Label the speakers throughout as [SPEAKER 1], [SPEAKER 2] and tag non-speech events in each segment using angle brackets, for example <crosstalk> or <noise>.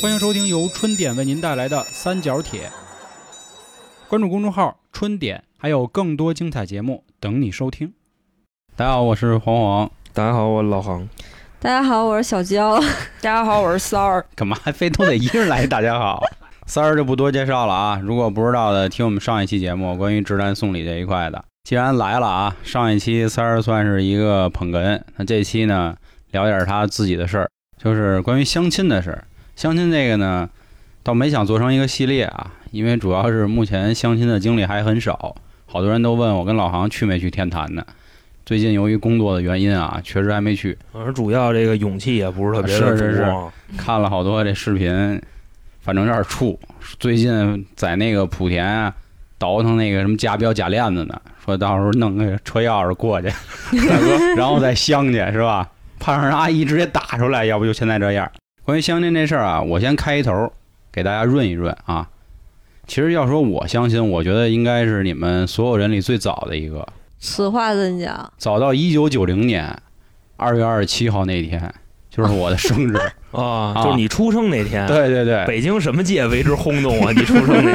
[SPEAKER 1] 欢迎收听由春点为您带来的《三角铁》，关注公众号“春点”，还有更多精彩节目等你收听。大家好，我是黄黄，
[SPEAKER 2] 大家好，我老航。
[SPEAKER 3] 大家好，我是小娇。
[SPEAKER 4] 大家好，我是三儿。
[SPEAKER 1] 干嘛还非都得一个人来？大家好，三儿就不多介绍了啊。如果不知道的，听我们上一期节目关于直男送礼这一块的。既然来了啊，上一期三儿算是一个捧哏，那这期呢聊点他自己的事儿，就是关于相亲的事儿。相亲这个呢，倒没想做成一个系列啊，因为主要是目前相亲的经历还很少，好多人都问我跟老航去没去天坛呢。最近由于工作的原因啊，确实还没去。
[SPEAKER 2] 而主要这个勇气也不是特别
[SPEAKER 1] 是
[SPEAKER 2] 的
[SPEAKER 1] 是是
[SPEAKER 2] 足啊。
[SPEAKER 1] 看了好多这视频，反正有点怵。最近在那个莆田啊，倒腾那个什么假表假链子呢，说到时候弄个车钥匙过去， <laughs> 大哥然后再镶去是吧？怕让人阿姨直接打出来，要不就现在这样。关于相亲这事儿啊，我先开一头，给大家润一润啊。其实要说我相亲，我觉得应该是你们所有人里最早的一个，
[SPEAKER 3] 此话怎讲？
[SPEAKER 1] 早到一九九零年二月二十七号那天，就是我的生日。
[SPEAKER 2] 啊，
[SPEAKER 1] 啊
[SPEAKER 2] 就是你出生那天，
[SPEAKER 1] 对对对，
[SPEAKER 2] 北京什么界为之轰
[SPEAKER 1] <laughs>
[SPEAKER 2] 动啊？你出生那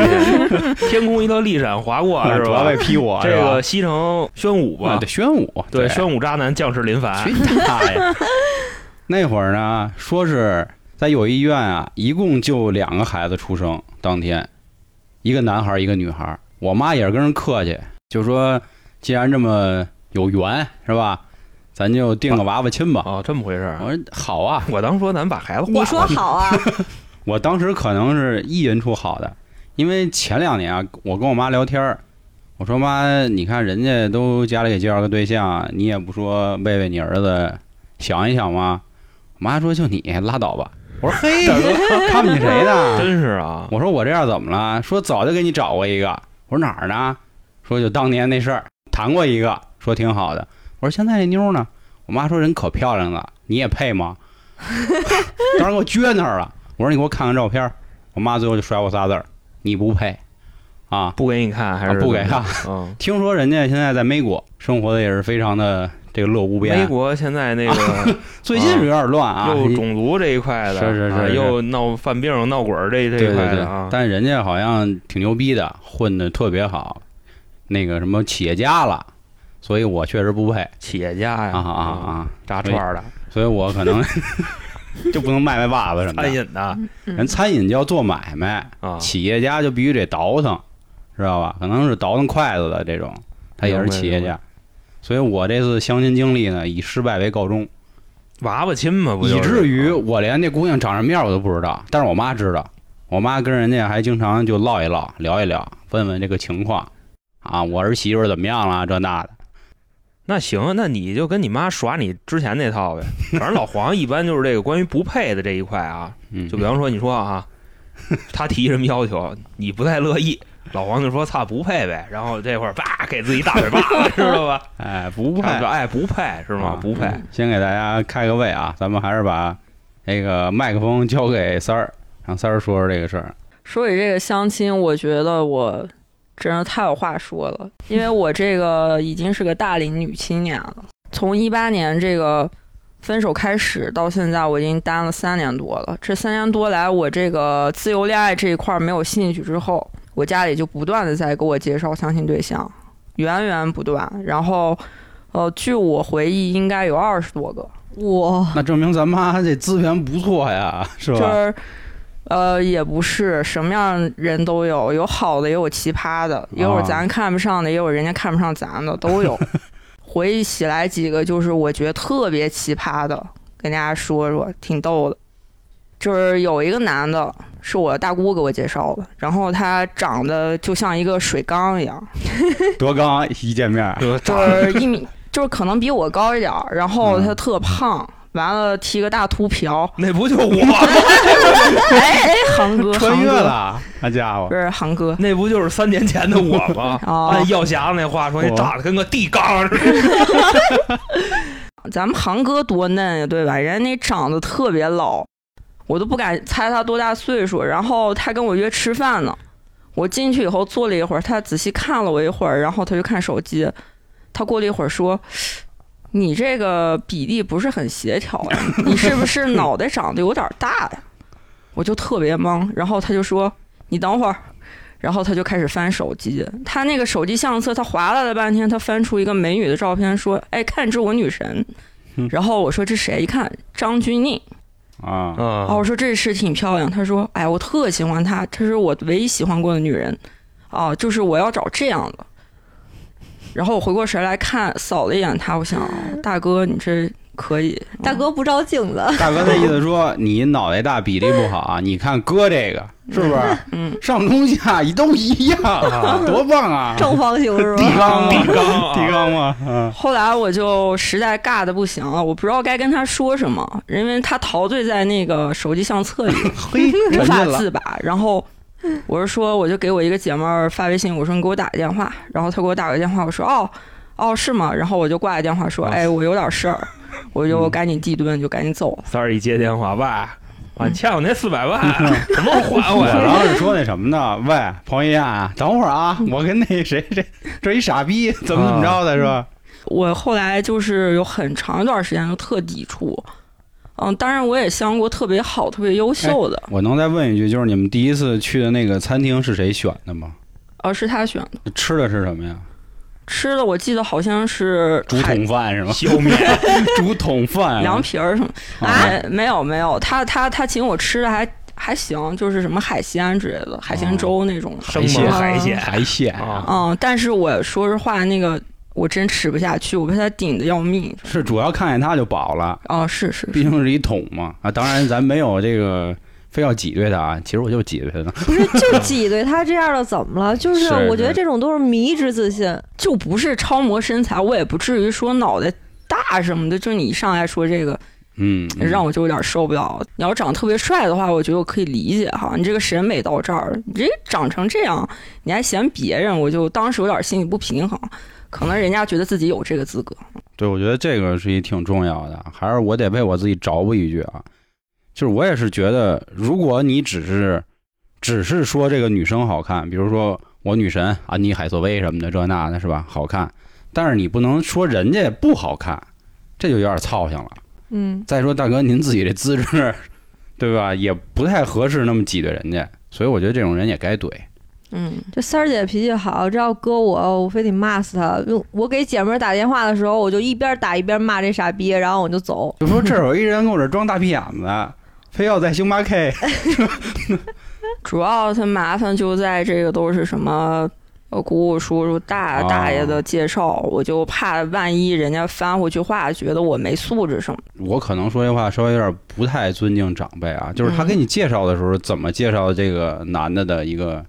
[SPEAKER 2] 天，天空一道利闪划过，是
[SPEAKER 1] 啊主要
[SPEAKER 2] 吧
[SPEAKER 1] 被？批我
[SPEAKER 2] 这
[SPEAKER 1] 是吧
[SPEAKER 2] 个西城宣武
[SPEAKER 1] 啊，
[SPEAKER 2] 吧
[SPEAKER 1] 对，，宣武，
[SPEAKER 2] 对，宣武啊渣男将士林凡哎
[SPEAKER 1] 去你大爷！ <laughs> 那会儿呢，说是在友谊医院啊，一共就两个孩子出生，当天一个男孩儿，一个女孩儿。我妈也是跟人客气，就说既然这么有缘是吧，咱就定个娃娃亲吧。
[SPEAKER 2] 啊，这么回事儿啊。
[SPEAKER 1] 我说好啊，
[SPEAKER 2] 我当说咱把孩子
[SPEAKER 3] 你
[SPEAKER 2] 换
[SPEAKER 3] 说
[SPEAKER 2] 了，
[SPEAKER 3] 好 <laughs> 啊，
[SPEAKER 1] 我当时可能是意淫出好的，因为前两年啊，我跟我妈聊天儿，我说妈，你看人家都家里给介绍个对象，你也不说喂喂你儿子想一想吗？我妈说就你拉倒吧。我说 <laughs> 嘿，看不起谁
[SPEAKER 2] <laughs>
[SPEAKER 1] 呢？
[SPEAKER 2] 真是啊，
[SPEAKER 1] 我说我这样怎么了？说早就给你找过一个。我说哪儿呢？说就当年那事儿谈过一个，说挺好的。我说现在这妞呢？我妈说人可漂亮了，你也配吗？ <laughs> 当时给我撅那儿了。我说你给我看看照片儿。我妈最后就甩我仨字儿：你不配啊！
[SPEAKER 2] 不给你看还
[SPEAKER 1] 啊
[SPEAKER 2] 是
[SPEAKER 1] 不给看？ <laughs>
[SPEAKER 2] 嗯，
[SPEAKER 1] 听说人家现在在美国生活的也是非常的这个乐无边。啊
[SPEAKER 2] 美国现在那个
[SPEAKER 1] 最近是有点乱 <laughs> 啊，
[SPEAKER 2] 又种族这一块的，
[SPEAKER 1] 是是是
[SPEAKER 2] 啊
[SPEAKER 1] 是
[SPEAKER 2] 又闹犯病、闹鬼儿这这
[SPEAKER 1] 对
[SPEAKER 2] 一
[SPEAKER 1] 对
[SPEAKER 2] 块
[SPEAKER 1] 对
[SPEAKER 2] 的啊，
[SPEAKER 1] 但是人家好像挺牛逼的，混的特别好，那个什么企业家了，所以我确实不配
[SPEAKER 2] 企业家呀
[SPEAKER 1] 啊啊啊！啊！
[SPEAKER 2] 炸串儿的、
[SPEAKER 1] 所以我可能 <laughs> 就不能卖卖袜子什么
[SPEAKER 2] 餐
[SPEAKER 1] 的。
[SPEAKER 2] 饮的
[SPEAKER 1] 人餐饮叫做买卖，
[SPEAKER 2] 啊，
[SPEAKER 1] 企业家就必须得倒腾，知道吧？可能是倒腾筷子的这种，他也是企业
[SPEAKER 2] 明白
[SPEAKER 1] 家。所以我这次相亲经历呢，以失败为告终，
[SPEAKER 2] 娃娃亲嘛，不
[SPEAKER 1] 以
[SPEAKER 2] 就是啊嗯
[SPEAKER 1] 至于我连那姑娘长什么样我都不知道，但是我妈知道，我妈跟人家还经常就唠一唠，聊一聊，问问这个情况啊，我儿媳妇儿怎么样了，这那的。
[SPEAKER 2] 那行，那你就跟你妈耍你之前那套 <laughs> 呗。反正老黄一般就是这个关于不配的这一块啊，
[SPEAKER 1] 嗯，
[SPEAKER 2] 就比方说你说啊，他提什么要求，你不太乐意，老黄就说“操不配呗”，然后这会儿叭给自己大嘴巴 <laughs> 子，知道吧？
[SPEAKER 1] 哎，不
[SPEAKER 2] 他
[SPEAKER 1] 配
[SPEAKER 2] 说哎不配是吗
[SPEAKER 1] 啊？
[SPEAKER 2] 不配。
[SPEAKER 1] 先给大家开个胃啊，咱们还是把那个麦克风交给三儿，让三儿说说这个事儿。
[SPEAKER 4] 说起这个相亲，我觉得我真是太有话说了，因为我这个已经是个大龄女青年了。从一八年这个分手开始到现在，我已经单了三年多了。这三年多来，我这个自由恋爱这一块没有兴趣之后，我家里就不断的在给我介绍相亲对象，源源不断。然后，呃，据我回忆，应该有二十多个。
[SPEAKER 3] 我
[SPEAKER 1] 那证明咱妈这资源不错呀，是
[SPEAKER 4] 就
[SPEAKER 1] 吧？
[SPEAKER 4] 是，呃，也不是什么样人都有，有好的，也有奇葩的，也有
[SPEAKER 1] 啊
[SPEAKER 4] 咱看不上的，也有人家看不上咱的，
[SPEAKER 1] <laughs>
[SPEAKER 4] 都有。回忆起来几个，就是我觉得特别奇葩的，跟大家说说，挺逗的。就是有一个男的，是我大姑给我介绍的，然后他长得就像一个水缸一样，
[SPEAKER 1] <laughs> 德刚一见面，
[SPEAKER 2] 就
[SPEAKER 4] 就是一米，就是可能比我高一点儿，然后
[SPEAKER 1] 嗯
[SPEAKER 4] 他特胖，完了剃个大
[SPEAKER 1] <laughs>
[SPEAKER 4] 秃瓢
[SPEAKER 2] <laughs> ，那不就我吗？
[SPEAKER 4] <laughs> 哎哎，航哥，
[SPEAKER 1] 穿
[SPEAKER 4] 航
[SPEAKER 1] 越
[SPEAKER 4] 哥，
[SPEAKER 1] 了，那家伙
[SPEAKER 4] 不是航哥，
[SPEAKER 2] <laughs> 那不就是三年前的我 <laughs> 吗？
[SPEAKER 4] 哦
[SPEAKER 2] 按药匣子那话说，你
[SPEAKER 1] 我
[SPEAKER 2] 长得跟个地缸似的。
[SPEAKER 4] 咱们航哥多嫩呀，对吧？人家那长得特别老，我都不敢猜他多大岁数。然后他跟我约吃饭呢，我进去以后坐了一会儿，他仔细看了我一会儿，然后他就看手机。他过了一会儿说：“你这个比例不是很协调呀，你是不是脑袋长得有点大呀？”我就特别懵。然后他就说：“你等会儿。”然后他就开始翻手机，他那个手机相册，他划拉了半天，他翻出一个美女的照片，说：“哎，看这我女神。
[SPEAKER 1] 嗯”
[SPEAKER 4] 然后我说：“这谁？”一看张钧甯，
[SPEAKER 1] 啊，
[SPEAKER 4] 哦，
[SPEAKER 2] 啊，
[SPEAKER 4] 我说这是挺漂亮。他说：“哎，我特喜欢她，她是我唯一喜欢过的女人。哦，就是我要找这样的。”然后我回过神来看，扫了一眼她，我想，哦大哥，你这可以，
[SPEAKER 3] 大哥不照镜子，
[SPEAKER 1] <laughs> 大哥那意思说你脑袋大比例不好啊，你看哥这个是不是
[SPEAKER 4] 嗯，
[SPEAKER 1] <laughs> 上中下都一样啊，多棒
[SPEAKER 3] <laughs>
[SPEAKER 1] 啊！
[SPEAKER 3] 正方形是
[SPEAKER 1] <laughs> 地
[SPEAKER 3] 吧？
[SPEAKER 1] 缸
[SPEAKER 2] <laughs> <laughs> 地
[SPEAKER 1] 吗？
[SPEAKER 2] 缸啊，
[SPEAKER 1] 地缸吗？
[SPEAKER 4] <laughs>
[SPEAKER 1] 嗯，
[SPEAKER 4] 后来我就实在尬的不行了，我不知道该跟他说什么，因为他陶醉在那个手机相册里，
[SPEAKER 1] 嘿，
[SPEAKER 4] <laughs> 无
[SPEAKER 1] 沉
[SPEAKER 4] 法
[SPEAKER 1] 浸了
[SPEAKER 4] 自拔。然后我是说，我就给我一个姐妹儿发微信，我说你给我打个电话。然后她给我打个电话，我说哦哦是吗？然后我就挂了电话说，
[SPEAKER 1] 啊嗯
[SPEAKER 4] 哎，我有点事儿，我就赶紧地蹲，就赶紧走了。
[SPEAKER 2] 三儿一接电话，爸，我欠我那四百万，什么时候还我
[SPEAKER 1] 我
[SPEAKER 2] 呀？
[SPEAKER 1] 当时说那什么呢？喂，彭于晏啊，等会儿啊，我跟那谁谁这一傻逼怎么怎么着的是吧？
[SPEAKER 4] 我后来就是有很长一段时间就特抵触，嗯，当然我也相过特别好、特别
[SPEAKER 1] 哎
[SPEAKER 4] 优秀的，
[SPEAKER 1] 我能再问一句，就是你们第一次去的那个餐厅是谁选的吗？
[SPEAKER 4] 而、是他选的。
[SPEAKER 1] 吃的是什么呀？
[SPEAKER 4] 吃的我记得好像是
[SPEAKER 1] 竹
[SPEAKER 4] 海
[SPEAKER 1] 筒饭是吗？
[SPEAKER 2] 小米，
[SPEAKER 1] 竹筒饭啊
[SPEAKER 4] 凉皮儿什么。
[SPEAKER 1] 啊
[SPEAKER 4] 哎，没有没有，他他他请我吃的还还行，就是什么海鲜之类的，海
[SPEAKER 1] 哦
[SPEAKER 4] 鲜粥那种的。
[SPEAKER 2] 生猛海鲜，
[SPEAKER 1] 海鲜
[SPEAKER 2] 啊
[SPEAKER 4] 嗯，但是我说实话，那个我真吃不下去，我被他顶的要命。
[SPEAKER 1] 是主要看见它就饱了，
[SPEAKER 4] 哦，是是
[SPEAKER 1] <laughs> 毕竟是一桶嘛啊！当然咱没有这个非要挤兑它啊，其实我就挤兑它呢。
[SPEAKER 3] 不是，就挤兑他这样的怎么了？就是
[SPEAKER 1] 是
[SPEAKER 3] 我觉得这种都是迷之自信，
[SPEAKER 4] 就不是超模身材，我也不至于说脑袋大什么的。就你一上来说这个，
[SPEAKER 1] 嗯，嗯
[SPEAKER 4] 让我就有点受不了。你要长得特别帅的话，我觉得我可以理解哈。你这个审美到这儿，你这长成这样，你还嫌别人，我就当时有点心里不平衡。可能人家觉得自己有这个资格，
[SPEAKER 1] 对，我觉得这个是一挺重要的，还是我得为我自己着补一句啊，就是我也是觉得，如果你只是只是说这个女生好看，比如说我女神安妮海瑟薇什么的，这那的是吧，好看，但是你不能说人家不好看，这就有点操性了。
[SPEAKER 3] 嗯，
[SPEAKER 1] 再说大哥，您自己这资质， <laughs> 对吧，也不太合适那么挤兑人家，所以我觉得这种人也该怼。
[SPEAKER 4] 嗯，
[SPEAKER 3] 这三儿姐脾气好，这要搁我，我非得骂死她。用我给姐们儿打电话的时候，我就一边打一边骂这傻逼，然后我就走。
[SPEAKER 1] 就说这儿有一人跟我这装大屁眼子，非要在星巴
[SPEAKER 2] <laughs>
[SPEAKER 1] 克，
[SPEAKER 4] 主要它麻烦就在这个都是什么。呃，姑姑、叔叔、大
[SPEAKER 1] 哦
[SPEAKER 4] 大爷的介绍，我就怕万一人家翻回去话，觉得我没素质什么的。
[SPEAKER 1] 我可能说这话稍微有点不太尊敬长辈啊，就是
[SPEAKER 2] 嗯
[SPEAKER 1] 他给你介绍的时候，怎么介绍这个男的的一个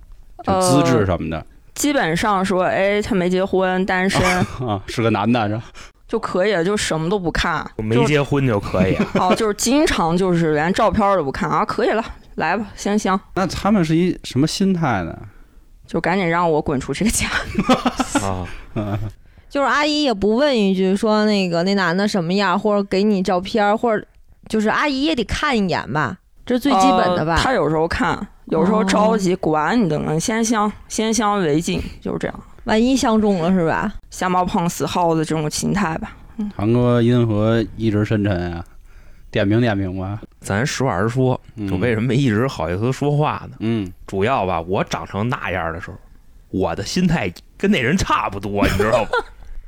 [SPEAKER 2] 呃
[SPEAKER 1] 就资质什么的、
[SPEAKER 4] 基本上说，哎，他没结婚，
[SPEAKER 2] <laughs>
[SPEAKER 4] 单身
[SPEAKER 1] 啊，是个男的，然后
[SPEAKER 4] 就可以了，就什么都不看，
[SPEAKER 2] 我没结婚就可以啊，
[SPEAKER 4] 哦，就是经常就是连照片儿都不看啊，可以了，来吧，先香，
[SPEAKER 1] 那他们是一什么心态呢？
[SPEAKER 4] 就赶紧让我滚出这个家。
[SPEAKER 2] 啊
[SPEAKER 1] 嗯，
[SPEAKER 3] 就是阿姨也不问一句说那个那男的什么样，或者给你照片儿，或者就是阿姨也得看一眼吧，这是 <laughs> 最基本的吧哦
[SPEAKER 4] 呃。他有时候看，有时候着急，管你的呢，先香，先香为敬，就是这样，
[SPEAKER 3] 万一相中了是吧？
[SPEAKER 4] 瞎猫碰死耗子这种心态吧。
[SPEAKER 2] 嗯
[SPEAKER 1] 堂哥因何一直深沉啊？点评点评吧。
[SPEAKER 2] 咱实话实说，
[SPEAKER 1] 嗯
[SPEAKER 2] 我为什么没一直好意思说话呢？
[SPEAKER 1] 嗯，
[SPEAKER 2] 主要吧，我长成那样的时候，我的心态跟那人差不多，你知道吗？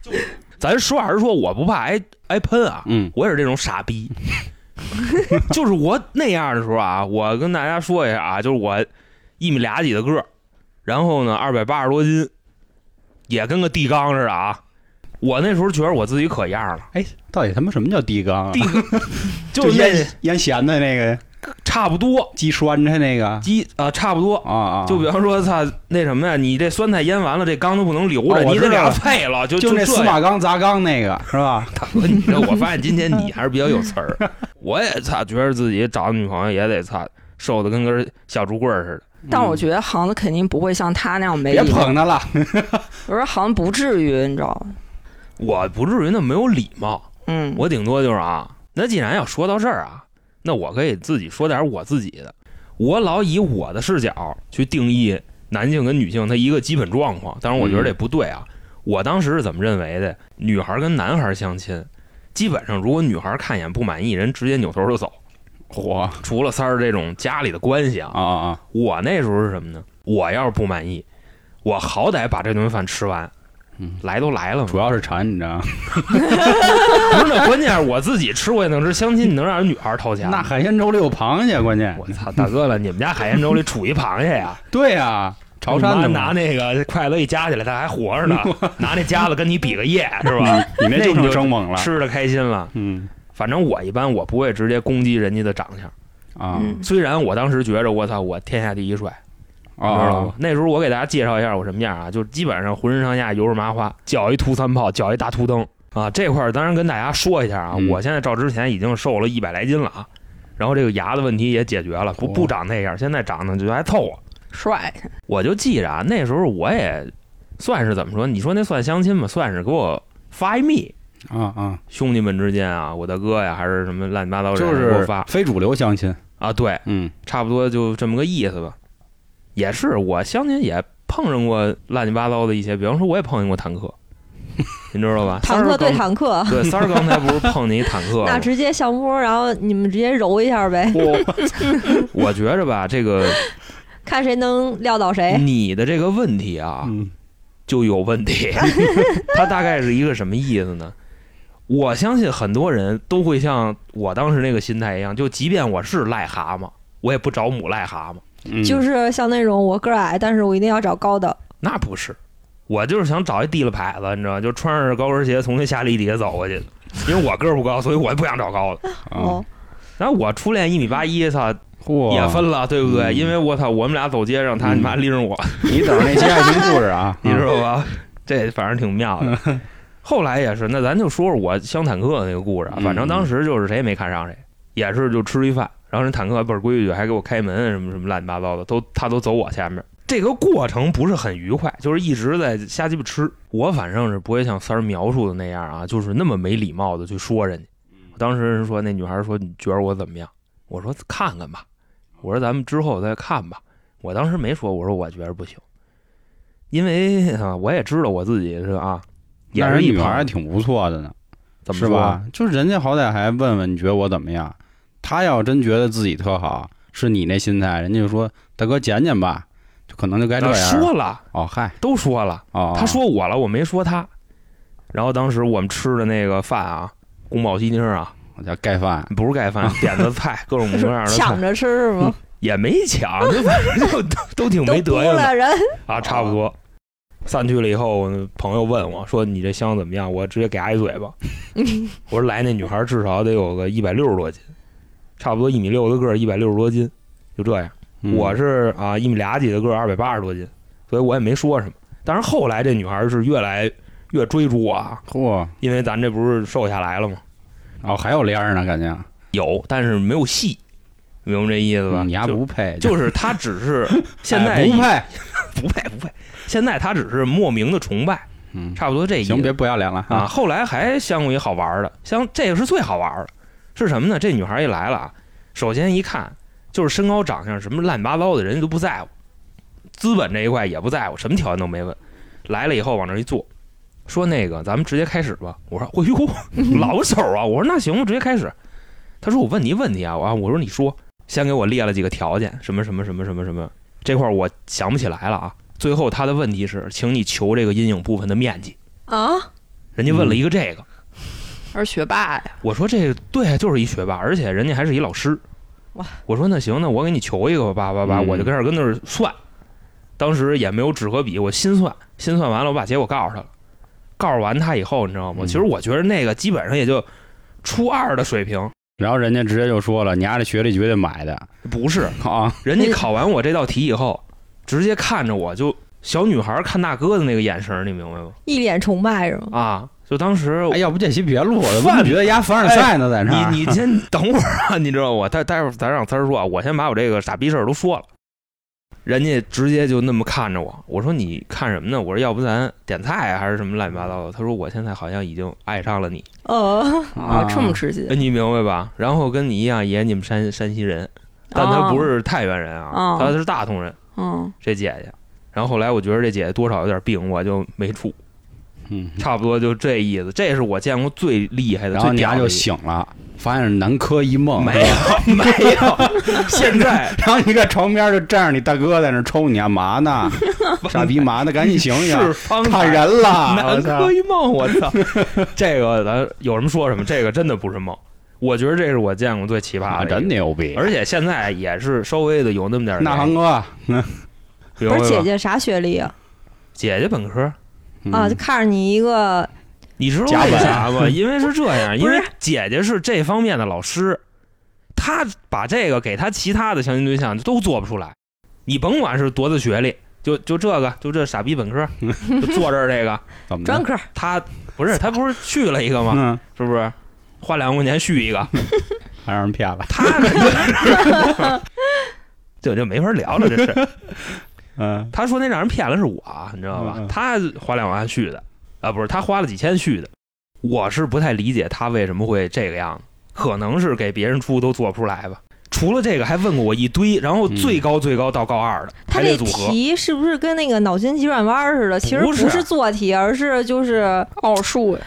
[SPEAKER 2] 就咱实话实说，我不怕挨挨喷啊，
[SPEAKER 1] 嗯
[SPEAKER 2] 我也是这种傻逼。就是我那样的时候啊，我跟大家说一下啊，就是我一米俩几的个儿，然后呢二百八十多斤，也跟个地缸似的啊。我那时候觉得我自己可样了，
[SPEAKER 1] 哎，到底他妈什么叫地缸啊？
[SPEAKER 2] 地
[SPEAKER 1] <laughs> 就是
[SPEAKER 2] 那
[SPEAKER 1] 腌腌咸的那个
[SPEAKER 2] 差不多
[SPEAKER 1] 鸡拴着那个啊
[SPEAKER 2] 鸡啊、差不多。
[SPEAKER 1] 啊，
[SPEAKER 2] 就比方说，操那什么呀，你这酸菜腌完了，这缸都不能留着，
[SPEAKER 1] 哦我
[SPEAKER 2] 你
[SPEAKER 1] 知
[SPEAKER 2] 得
[SPEAKER 1] 道
[SPEAKER 2] 俩
[SPEAKER 1] 了
[SPEAKER 2] 废了，就
[SPEAKER 1] 就那
[SPEAKER 2] 这
[SPEAKER 1] 司 <laughs>
[SPEAKER 2] 样
[SPEAKER 1] 马缸砸缸那个是吧？
[SPEAKER 2] 大哥，你这我发现今天你还是比较有词
[SPEAKER 1] <laughs>
[SPEAKER 2] 儿。我也操，觉得自己找女朋友也得操，瘦的跟根小竹棍儿似的。
[SPEAKER 4] 但
[SPEAKER 2] 嗯
[SPEAKER 4] 我觉得行子肯定不会像他那样没
[SPEAKER 1] 别
[SPEAKER 4] 礼貌，
[SPEAKER 1] 捧他了，
[SPEAKER 4] 我说行不至于，你知道吗？
[SPEAKER 2] 我不至于那么没有礼貌，
[SPEAKER 4] 嗯，
[SPEAKER 2] 我顶多就是啊。那既然要说到这儿啊，那我可以自己说点我自己的。我老以我的视角去定义男性跟女性他一个基本状况，当然我觉得这不对啊。我当时是怎么认为的？女孩跟男孩相亲，基本上如果女孩看一眼不满意，人直接扭头就走。
[SPEAKER 1] 火啊
[SPEAKER 2] 除了三儿这种家里的关系啊，
[SPEAKER 1] 啊啊！
[SPEAKER 2] 我那时候是什么呢？我要是不满意，我好歹把这顿饭吃完。
[SPEAKER 1] 嗯，
[SPEAKER 2] 来都来了嘛，
[SPEAKER 1] 主要是馋，你知道吗？
[SPEAKER 2] 不是那关键是我自己吃我也能吃，相亲你能让人女孩掏钱
[SPEAKER 1] 那
[SPEAKER 2] 吗？
[SPEAKER 1] 海鲜粥里有螃蟹，关键
[SPEAKER 2] 我操，大哥了，你们家海鲜粥里杵一螃蟹呀？
[SPEAKER 1] 对啊呀，潮汕的
[SPEAKER 2] 你妈拿
[SPEAKER 1] 嘛，
[SPEAKER 2] 那个筷子一夹起来，它还活 <laughs> 着呢，拿那夹子跟你比个耶，是
[SPEAKER 1] <laughs>
[SPEAKER 2] 吧？
[SPEAKER 1] 你那
[SPEAKER 2] 那
[SPEAKER 1] 就
[SPEAKER 2] 你
[SPEAKER 1] 成
[SPEAKER 2] 就
[SPEAKER 1] 生猛了。
[SPEAKER 2] <laughs> 吃的开心了。
[SPEAKER 1] 嗯
[SPEAKER 2] 反正我一般我不会直接攻击人家的长相，
[SPEAKER 1] 啊
[SPEAKER 4] 嗯
[SPEAKER 2] 虽然我当时觉着我操我天下第一帅，你知道
[SPEAKER 1] 啊
[SPEAKER 2] 吗？那时候我给大家介绍一下我什么样啊，就基本上浑身上下油是麻花，脚一秃三泡，脚一大秃灯啊。这块儿当然跟大家说一下啊，
[SPEAKER 1] 嗯
[SPEAKER 2] 我现在照之前已经瘦了一百来斤了啊，然后这个牙的问题也解决了，不
[SPEAKER 1] 嚯
[SPEAKER 2] 不长那样，现在长得就还凑合。
[SPEAKER 4] 帅，
[SPEAKER 2] 我就记着啊，那时候我也算是怎么说？你说那算相亲吗？算是给我发一密，
[SPEAKER 1] 啊啊！
[SPEAKER 2] 兄弟们之间啊，我大哥呀，还是什么乱七八糟人
[SPEAKER 1] 就
[SPEAKER 2] 给我
[SPEAKER 1] 是
[SPEAKER 2] 发
[SPEAKER 1] 非主流相亲，
[SPEAKER 2] 啊，对，
[SPEAKER 1] 嗯
[SPEAKER 2] 差不多就这么个意思吧。也是我相亲也碰上过乱七八糟的一些，比方说我也碰见过坦
[SPEAKER 3] <laughs>
[SPEAKER 2] 克，你知道吧？
[SPEAKER 3] 坦克对
[SPEAKER 2] 三儿
[SPEAKER 3] 坦克
[SPEAKER 2] 刚，对三儿刚才不是碰见一坦
[SPEAKER 3] <laughs>
[SPEAKER 2] 克
[SPEAKER 3] 那
[SPEAKER 2] 吗？
[SPEAKER 3] 直接相扑，然后你们直接揉一下呗，
[SPEAKER 2] 我我觉着吧，这个
[SPEAKER 3] 看谁能撂倒谁。
[SPEAKER 2] 你的这个问题啊，
[SPEAKER 1] 嗯
[SPEAKER 2] 就有问
[SPEAKER 3] <laughs>
[SPEAKER 2] 题。他大概是一个什么意思呢？我相信很多人都会像我当时那个心态一样，就即便我是癞蛤蟆，我也不找母癞蛤蟆。
[SPEAKER 1] 嗯
[SPEAKER 3] 就是像那种我个儿矮，但是我一定要找高的。
[SPEAKER 2] 那不是，我就是想找一地了牌子，你知道吗，就穿着高跟鞋从那下里底下走过去的。因为我个儿不高，所以我也不想找高的。
[SPEAKER 3] 哦
[SPEAKER 1] 啊，，
[SPEAKER 2] 然后我初恋一米八一，操，
[SPEAKER 1] 嚯，
[SPEAKER 2] 也分了，对不对？
[SPEAKER 1] 嗯
[SPEAKER 2] 因为我操，我们俩走街上，他
[SPEAKER 1] 嗯
[SPEAKER 2] 你妈拎着我，，
[SPEAKER 1] 你等着那些爱情故事啊
[SPEAKER 2] <laughs> 你知道吧？这反正挺妙的。后来也是，那咱就说说我相坦克的那个故事啊。
[SPEAKER 1] 嗯
[SPEAKER 2] 反正当时就是谁也没看上谁，也是就吃一饭，然后人坦克还倍儿规矩，还给我开门什么什么乱七八糟的，都他都走我前面。这个过程不是很愉快，就是一直在瞎鸡巴吃。我反正是不会像三儿描述的那样啊，就是那么没礼貌的去说人家。
[SPEAKER 1] 嗯
[SPEAKER 2] 当时人说那女孩说你觉得我怎么样？我说看看吧，我说咱们之后再看吧。我当时没说，我说我觉得不行，因为啊我也知道我自己是啊，也
[SPEAKER 1] 那
[SPEAKER 2] 是
[SPEAKER 1] 人
[SPEAKER 2] 一
[SPEAKER 1] 女孩
[SPEAKER 2] 盘
[SPEAKER 1] 还挺不错的呢，
[SPEAKER 2] 怎么
[SPEAKER 1] 是
[SPEAKER 2] 说啊
[SPEAKER 1] 吧？？就是人家好歹还问问你觉得我怎么样，他要真觉得自己特好，是你那心态，人家就说大哥捡捡吧，就可能就该这
[SPEAKER 2] 啊
[SPEAKER 1] 样。
[SPEAKER 2] 说了
[SPEAKER 1] 哦嗨
[SPEAKER 2] 都说了，
[SPEAKER 1] 哦，
[SPEAKER 2] 他说我了，我没说他。然后当时我们吃的那个饭啊，宫保鸡丁啊，
[SPEAKER 1] 我叫盖饭，
[SPEAKER 2] 不是盖饭，点的菜，各种各样的
[SPEAKER 3] 抢
[SPEAKER 2] 菜
[SPEAKER 3] 着吃是吗？
[SPEAKER 2] <laughs> 也没抢，就 <laughs> 反正就都都挺
[SPEAKER 3] 都
[SPEAKER 2] 没
[SPEAKER 3] 扑
[SPEAKER 2] 德行的。
[SPEAKER 3] 了人， <laughs>
[SPEAKER 2] 啊，差不多。散去了以后，我朋友问我说：“你这香怎么样？”我直接给他一嘴巴。我说：“来，那女孩至少得有个一百六十多斤，差不多一米六的个儿，一百六十多斤，就这样。
[SPEAKER 1] 嗯
[SPEAKER 2] 我是啊一米俩几的个儿，二百八十多斤，所以我也没说什么。但是后来这女孩是越来越追逐我，啊，
[SPEAKER 1] 嚯，
[SPEAKER 2] 因为咱这不是瘦下来了吗？
[SPEAKER 1] 哦还有帘儿呢，感觉
[SPEAKER 2] 有，但是没有戏，明白这意思吧？
[SPEAKER 1] 嗯你还
[SPEAKER 2] 就
[SPEAKER 1] 不配，
[SPEAKER 2] 就是她只是现
[SPEAKER 1] <laughs>
[SPEAKER 2] 在
[SPEAKER 1] 哎不配，
[SPEAKER 2] 不配不配，现在她只是莫名的崇拜，
[SPEAKER 1] 嗯，
[SPEAKER 2] 差不多这意思。
[SPEAKER 1] 行，别不要脸了
[SPEAKER 2] 啊，，后来还相过一好玩儿的，相这个是最好玩儿的，是什么呢？这女孩一来了啊，首先一看就是身高、长相什么乱七八糟的，人家都不在乎，资本这一块也不在乎，什么条件都没问。来了以后往那儿一坐，说那个咱们直接开始吧。我说，哎呦，老手啊！我说那行，我直接开始。他说我问你一问题啊，我我说你说，先给我列了几个条件，什么什么什么什么什么，这块儿我想不起来了啊。最后他的问题是，请你求这个阴影部分的面积。
[SPEAKER 3] 啊，
[SPEAKER 2] 人家问了一个这个，
[SPEAKER 4] 而学霸
[SPEAKER 2] <laughs>
[SPEAKER 4] 呀，
[SPEAKER 2] 我说这个对，就是一学霸，而且人家还是一老师。
[SPEAKER 4] 哇！
[SPEAKER 2] 我说那行，那我给你求一个吧，叭叭叭，
[SPEAKER 1] 嗯
[SPEAKER 2] 我就跟那儿跟那儿算。当时也没有纸和笔，我心算，心算完了，我把结果告诉他了。告诉完他以后，你知道吗？
[SPEAKER 1] 嗯
[SPEAKER 2] 其实我觉得那个基本上也就初二的水平，
[SPEAKER 1] 然后人家直接就说了，你丫这学历绝对买的
[SPEAKER 2] 不是。
[SPEAKER 1] 啊，
[SPEAKER 2] 人家考完我这道题以后，直接看着我就小女孩看大哥的那个眼神儿，你明白吗？
[SPEAKER 3] 一脸崇拜是吗？
[SPEAKER 2] 啊，就当时
[SPEAKER 1] 哎，要不这期别录了，
[SPEAKER 2] 饭
[SPEAKER 1] 我觉得丫凡尔赛呢，在那儿
[SPEAKER 2] 你你
[SPEAKER 1] <laughs>
[SPEAKER 2] 先等会儿啊，你知道我待待会儿咱让三儿说啊，我先把我这个傻逼事儿都说了。人家直接就那么看着我，我说你看什么呢？我说要不咱点菜啊还是什么乱七八糟的？他说我现在好像已经爱上了你，
[SPEAKER 3] 呃，
[SPEAKER 1] 啊
[SPEAKER 4] 这么直接
[SPEAKER 2] 哦哎，，你明白吧？然后跟你一样也你们山山西人，但他不是太原人啊
[SPEAKER 4] 哦，
[SPEAKER 2] 他是大同人。
[SPEAKER 4] 哦，
[SPEAKER 2] 这姐姐，然后后来我觉得这姐姐多少有点病，我就没处。
[SPEAKER 1] 嗯，
[SPEAKER 2] 差不多就这意思。这是我见过最厉害的，
[SPEAKER 1] 然后
[SPEAKER 2] 最
[SPEAKER 1] 你
[SPEAKER 2] 屌
[SPEAKER 1] 丫
[SPEAKER 2] 的
[SPEAKER 1] 就
[SPEAKER 2] 一个
[SPEAKER 1] 醒了，发现是南柯一梦，
[SPEAKER 2] 没有没有，现在
[SPEAKER 1] <laughs> 然后你在床边就站着你大哥在那抽你啊，嘛 <laughs> 呢？傻逼嘛呢？赶紧醒醒，
[SPEAKER 2] 是方
[SPEAKER 1] 怕
[SPEAKER 2] 法
[SPEAKER 1] 人了！我
[SPEAKER 2] 南
[SPEAKER 1] 操
[SPEAKER 2] 柯！一梦，我
[SPEAKER 1] <laughs>
[SPEAKER 2] 操！这个咱有什么说什么，这个真的不是梦。我觉得这是我见过最奇葩
[SPEAKER 1] 啊，
[SPEAKER 2] 的一个，
[SPEAKER 1] 真牛逼！
[SPEAKER 2] 而且现在也是稍微的有那么点儿
[SPEAKER 1] 那航
[SPEAKER 2] 联系。
[SPEAKER 1] 哥，嗯
[SPEAKER 2] 不
[SPEAKER 3] 不是姐，姐啥学历啊？
[SPEAKER 2] 姐姐本科，
[SPEAKER 1] 嗯
[SPEAKER 3] 啊，就看着你一个
[SPEAKER 2] 你知道
[SPEAKER 1] 甲
[SPEAKER 2] 为
[SPEAKER 1] 本
[SPEAKER 2] 啥
[SPEAKER 1] <laughs>
[SPEAKER 2] 吗？因为是这样，因
[SPEAKER 3] 不是
[SPEAKER 2] 为姐姐是这方面的老师，她把这个给她其他的相亲对象都做不出来。你甭管是多大学历，就就这个，就这傻逼本科，就坐这儿这个，
[SPEAKER 1] 怎么
[SPEAKER 3] 专
[SPEAKER 1] 的？
[SPEAKER 3] 科，
[SPEAKER 2] 她不是她不是续了一个吗？
[SPEAKER 1] 嗯，
[SPEAKER 2] 是不是？花两万块钱续
[SPEAKER 1] <laughs>
[SPEAKER 2] 一个，
[SPEAKER 1] 还让人骗了。
[SPEAKER 2] 他 <laughs>
[SPEAKER 4] <laughs> 哦
[SPEAKER 2] 呢这这没法聊了，
[SPEAKER 1] <laughs>
[SPEAKER 2] 这是。
[SPEAKER 1] 嗯，
[SPEAKER 2] 他说那让人骗了是我啊，你知道吧
[SPEAKER 1] 嗯嗯？
[SPEAKER 2] 他花两万续的，啊，不是他花了几千续的。我是不太理解他为什么会这个样子，可能是给别人出都做不出来吧。除了这个，还问过我一堆，然
[SPEAKER 1] 嗯
[SPEAKER 2] 后最高最高到高二的
[SPEAKER 3] 他
[SPEAKER 2] 排
[SPEAKER 3] 这
[SPEAKER 2] 列组合，
[SPEAKER 3] 题是不是跟那个脑筋急转弯似的？其实
[SPEAKER 2] 不
[SPEAKER 3] 不
[SPEAKER 2] 是
[SPEAKER 3] 是做题，而是就是
[SPEAKER 4] 奥数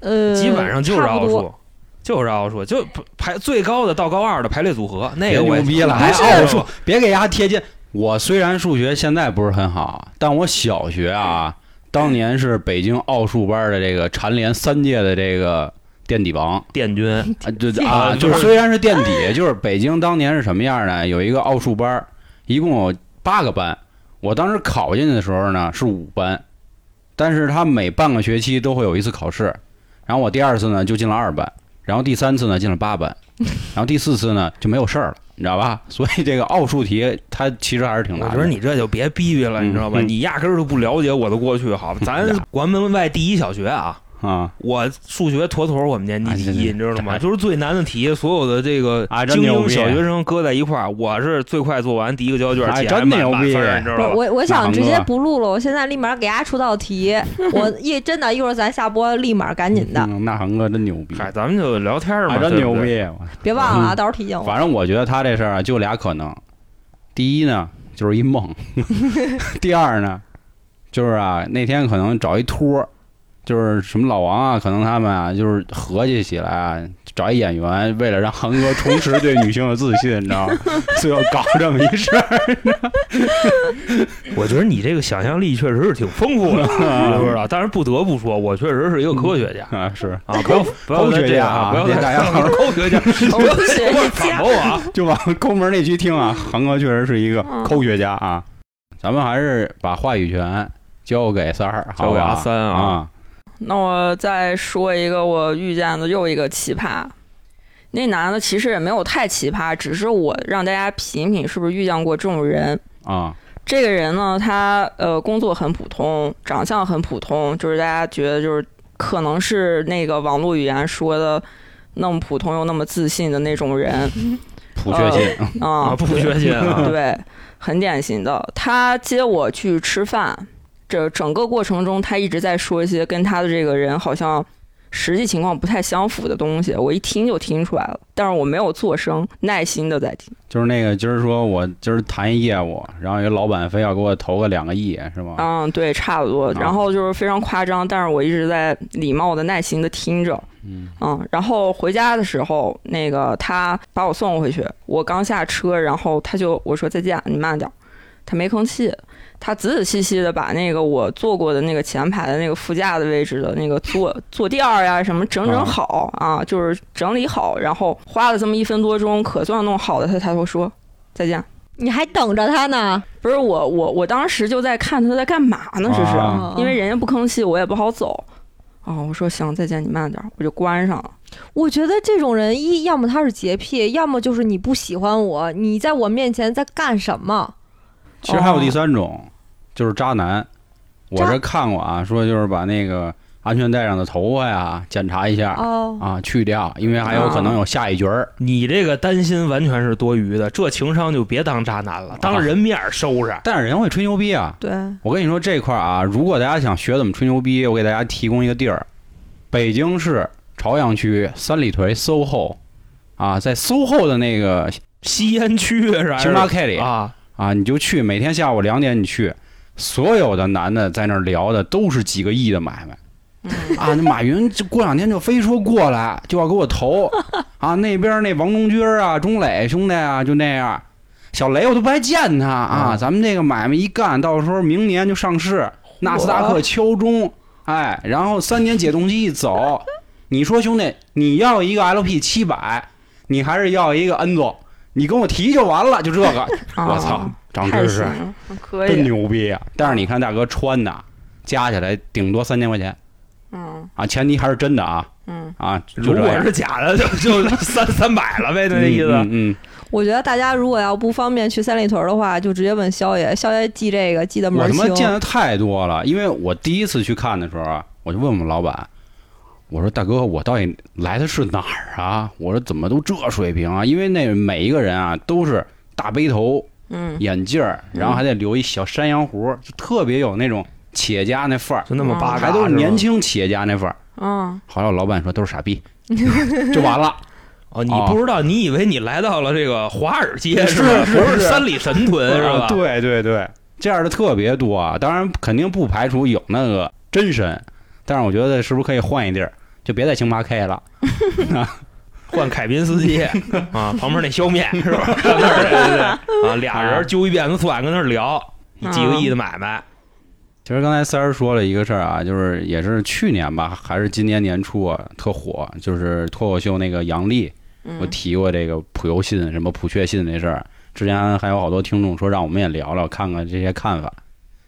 [SPEAKER 3] 呃，
[SPEAKER 2] 基本上就是
[SPEAKER 3] 差不
[SPEAKER 2] 奥
[SPEAKER 3] 多。
[SPEAKER 2] 数，就是奥数，就排最高的到高二的排列组合，那
[SPEAKER 1] 别
[SPEAKER 2] 个
[SPEAKER 1] 牛
[SPEAKER 2] 我也
[SPEAKER 1] 逼了，还
[SPEAKER 2] 不是
[SPEAKER 1] 奥数，别给丫贴金。我虽然数学现在不是很好，但我小学啊，当年是北京奥数班的这个蝉联三届的这个垫底王。
[SPEAKER 2] 殿军，
[SPEAKER 1] 啊，对对啊，
[SPEAKER 2] 啊
[SPEAKER 1] 就是
[SPEAKER 2] 就是
[SPEAKER 1] 虽然是垫底，就是北京当年是什么样呢？有一个奥数班儿，一共有八个班。我当时考进去的时候呢是五班，但是他每半个学期都会有一次考试。然后我第二次呢就进了二班，然后第三次呢进了八班，然后第四次呢就没有事儿了，你知道吧？所以这个奥数题它其实还是挺
[SPEAKER 2] 我
[SPEAKER 1] 难的。
[SPEAKER 2] 觉得你这就别逼逼了，
[SPEAKER 1] 嗯
[SPEAKER 2] 你知道吧？
[SPEAKER 1] 嗯
[SPEAKER 2] 你压根儿就不了解我的过去，
[SPEAKER 1] <laughs>
[SPEAKER 2] 好吧？咱
[SPEAKER 1] 嗯
[SPEAKER 2] 国门外第一小学啊，
[SPEAKER 1] 啊
[SPEAKER 2] 我数学妥妥我们年
[SPEAKER 1] 哎
[SPEAKER 2] 级
[SPEAKER 1] 这
[SPEAKER 2] 第一，
[SPEAKER 1] 这
[SPEAKER 2] 你知道
[SPEAKER 1] 这
[SPEAKER 2] 吗？就是最难的题，所有的这个
[SPEAKER 1] 啊真
[SPEAKER 2] 精
[SPEAKER 1] 牛
[SPEAKER 2] 英
[SPEAKER 1] 逼
[SPEAKER 2] 小学生搁在一块儿，我是最快做完第一个交卷，
[SPEAKER 1] 哎
[SPEAKER 2] 且
[SPEAKER 1] 真
[SPEAKER 2] 还满
[SPEAKER 1] 牛
[SPEAKER 2] 满
[SPEAKER 1] 逼
[SPEAKER 2] 分儿，你知
[SPEAKER 3] 不是
[SPEAKER 2] 道吧？
[SPEAKER 3] 我，我
[SPEAKER 1] 那
[SPEAKER 3] 想
[SPEAKER 1] 航
[SPEAKER 3] 直接
[SPEAKER 1] 哥
[SPEAKER 3] 不录了，我现在立马给大家出道 <laughs> 题。我一真的，一会儿咱下播立马赶紧的，
[SPEAKER 1] 嗯那恒哥真牛逼，
[SPEAKER 2] 嗨，咱们就聊天儿嘛，
[SPEAKER 1] 啊真
[SPEAKER 2] 对
[SPEAKER 1] 牛
[SPEAKER 2] 不对。
[SPEAKER 1] 逼！我
[SPEAKER 3] 别
[SPEAKER 2] 嗯
[SPEAKER 3] 忘了啊，到时候提醒我。
[SPEAKER 1] 反正我觉得他这事儿啊，就俩可能，第一呢就是一 <laughs> 梦，第二呢就是啊那天可能找一托儿，就是什么老王啊，可能他们啊就是合计起来啊，找一演员，为了让韩哥重拾对女性的自信，你知 <laughs> 道吗？最后搞这么一事儿，
[SPEAKER 2] 我觉得你这个想象力确实是挺丰
[SPEAKER 1] <laughs>
[SPEAKER 2] 富的，你知道？但是啊不得不说，我确实是一个科学家。
[SPEAKER 1] 啊是
[SPEAKER 2] 啊，不要不要
[SPEAKER 1] 科
[SPEAKER 2] 再
[SPEAKER 1] 学
[SPEAKER 2] 这
[SPEAKER 1] 家
[SPEAKER 2] 样啊！
[SPEAKER 1] 啊
[SPEAKER 2] 不要
[SPEAKER 1] 别
[SPEAKER 2] 再
[SPEAKER 1] 大家好好
[SPEAKER 2] 科
[SPEAKER 1] <laughs>
[SPEAKER 2] 学家，不要 <laughs>
[SPEAKER 4] 学
[SPEAKER 2] 再反驳我啊！
[SPEAKER 1] 就往抠门那区听啊，韩哥确实是一个
[SPEAKER 4] 嗯
[SPEAKER 1] 抠学家啊，咱们还是把话语权交给三儿，好
[SPEAKER 2] 交
[SPEAKER 1] 不
[SPEAKER 2] 给阿
[SPEAKER 1] 好？
[SPEAKER 2] 三啊，
[SPEAKER 1] 啊，
[SPEAKER 4] 那我再说一个我遇见的又一个奇葩。那男的其实也没有太奇葩，只是我让大家品品是不是遇见过这种人。
[SPEAKER 1] 啊，
[SPEAKER 4] 这个人呢，他呃工作很普通，长相很普通，就是大家觉得就是可能是那个网络语言说的那么普通又那么自信的那种人
[SPEAKER 1] 普确信，
[SPEAKER 4] 啊
[SPEAKER 2] 啊，，不学习啊，
[SPEAKER 4] <laughs> 对，很典型的。他接我去吃饭，这整个过程中他一直在说一些跟他的这个人好像实际情况不太相符的东西，我一听就听出来了，但是我没有做声，耐心的在听
[SPEAKER 1] 就是那个今儿说我今儿谈一业务，然后有老板非要给我投个两个亿，是
[SPEAKER 3] 哦
[SPEAKER 1] 吗？
[SPEAKER 4] 嗯，对，差不多。然后就是非常夸张，但是我一直在礼貌的、耐心的听着。
[SPEAKER 1] 嗯
[SPEAKER 4] 嗯，然后回家的时候，那个他把我送回去，我刚下车，然后他就我说再见，你慢点儿，他没吭气，他仔仔细细的把那个我坐过的那个前排的那个副驾的位置的那个坐 <laughs> 坐垫儿呀什么整整好啊，就是整理好，然后花了这么一分多钟，可算弄好了，他才会说再见。
[SPEAKER 3] 你还等着他呢，
[SPEAKER 4] 不是我我我当时就在看他在干嘛呢，这是。
[SPEAKER 1] 啊
[SPEAKER 4] 因为
[SPEAKER 3] 人
[SPEAKER 4] 人家不吭气，我也不好走。哦，我说行，再见，你慢点儿，我就关上了。
[SPEAKER 3] 我觉得这种人一要么他是洁癖，要么就是你不喜欢我，你在我面前在干什么？
[SPEAKER 1] 其实还有第三种，就是渣男。我
[SPEAKER 3] 哦渣
[SPEAKER 1] 这看过啊，说就是把那个安全带上的头发呀检查一下
[SPEAKER 3] 哦，
[SPEAKER 1] 啊，去掉，因为还有可能有下一局儿。
[SPEAKER 2] 你这个担心完全是多余的，这情商就别当渣男
[SPEAKER 1] 啊
[SPEAKER 2] 了，当着人面儿收拾。
[SPEAKER 1] 但是人会吹牛逼啊！
[SPEAKER 3] 对，
[SPEAKER 1] 我跟你说这块儿啊，如果大家想学怎么吹牛逼，我给大家提供一个地儿：北京市朝阳区三里屯 SOHO 啊，在 SOHO 的那个
[SPEAKER 2] 吸烟区是吧？
[SPEAKER 1] 星巴克里
[SPEAKER 2] 啊，
[SPEAKER 1] 啊，你就去，每天下午两点你去，所有的男的在那儿聊的都是几个亿的买卖，
[SPEAKER 4] 嗯，
[SPEAKER 1] 啊，那马云就过两天就非说过来，就要给我投啊。那边那王中军啊、钟磊兄弟啊，就那样。小雷我都不爱见他啊，
[SPEAKER 2] 嗯
[SPEAKER 1] 咱们这个买卖一干，到时候明年就上市，纳斯达克敲钟，哎，然后三年解冻期一走，你说兄弟，你要一个 LP 七百，你还是要一个 N 总？你跟我提就完了，就这个，我操
[SPEAKER 4] 啊，
[SPEAKER 1] 长
[SPEAKER 4] 太
[SPEAKER 1] 知
[SPEAKER 4] 行
[SPEAKER 1] 识，
[SPEAKER 4] 了，嗯可
[SPEAKER 1] 真
[SPEAKER 4] 以，
[SPEAKER 1] 牛逼啊！但是你看大哥穿的，加起来顶多三千块钱
[SPEAKER 4] 嗯
[SPEAKER 1] 啊，前提还是真的啊，
[SPEAKER 4] 嗯，
[SPEAKER 1] 啊，就
[SPEAKER 2] 如
[SPEAKER 1] 这
[SPEAKER 2] 果
[SPEAKER 1] 样
[SPEAKER 2] 是假的，就就 <laughs> 三三百了呗，就那意
[SPEAKER 1] 嗯
[SPEAKER 2] 思。
[SPEAKER 1] 嗯，
[SPEAKER 3] 我觉得大家如果要不方便去三里屯的话，就直接问肖爷，肖爷记这个记得
[SPEAKER 1] 嗯
[SPEAKER 3] 门
[SPEAKER 1] 我
[SPEAKER 3] 儿
[SPEAKER 1] 他妈
[SPEAKER 3] 清。
[SPEAKER 1] 见的太多了，因为我第一次去看的时候啊，我就问我们老板，我说大哥，我到底来的是哪儿啊？我说怎么都这水平啊？因为那每一个人啊都是大背头、
[SPEAKER 4] 嗯，
[SPEAKER 1] 眼镜儿，然后还得留一小山羊胡，就特别有那种企业家那范儿，
[SPEAKER 2] 就那么八嘎，
[SPEAKER 1] 啊还都是
[SPEAKER 2] 吧
[SPEAKER 1] 年轻企业家那范儿。
[SPEAKER 4] 嗯，
[SPEAKER 1] 后来我老板说都是傻逼， <laughs> 就完了。
[SPEAKER 2] 哦，你
[SPEAKER 1] 哦
[SPEAKER 2] 不知道，你以为你来到了这个华尔街
[SPEAKER 1] 是
[SPEAKER 2] 吧？
[SPEAKER 1] 是
[SPEAKER 2] <laughs> 不是
[SPEAKER 1] 是
[SPEAKER 2] 三里神屯呃是吧？
[SPEAKER 1] 啊对对对，这样的特别多啊。当然，肯定不排除有那个真神，但是我觉得是不是可以换一地儿，就别在星巴克了。
[SPEAKER 2] 换凯宾
[SPEAKER 1] <laughs>
[SPEAKER 2] 斯基啊，旁边那削面是吧？看那儿对对对啊，俩人揪一辫子蒜跟那儿聊
[SPEAKER 4] 嗯
[SPEAKER 1] 啊
[SPEAKER 2] 几个亿的买卖，
[SPEAKER 1] 其实刚才三儿说了一个事儿啊，就是也是去年吧，还是今年年初啊，特火，就是脱口秀那个杨笠，我
[SPEAKER 4] 嗯，
[SPEAKER 1] 提过这个普游信、什么普确信这事儿。之前还有好多听众说让我们也聊聊，看看这些看法。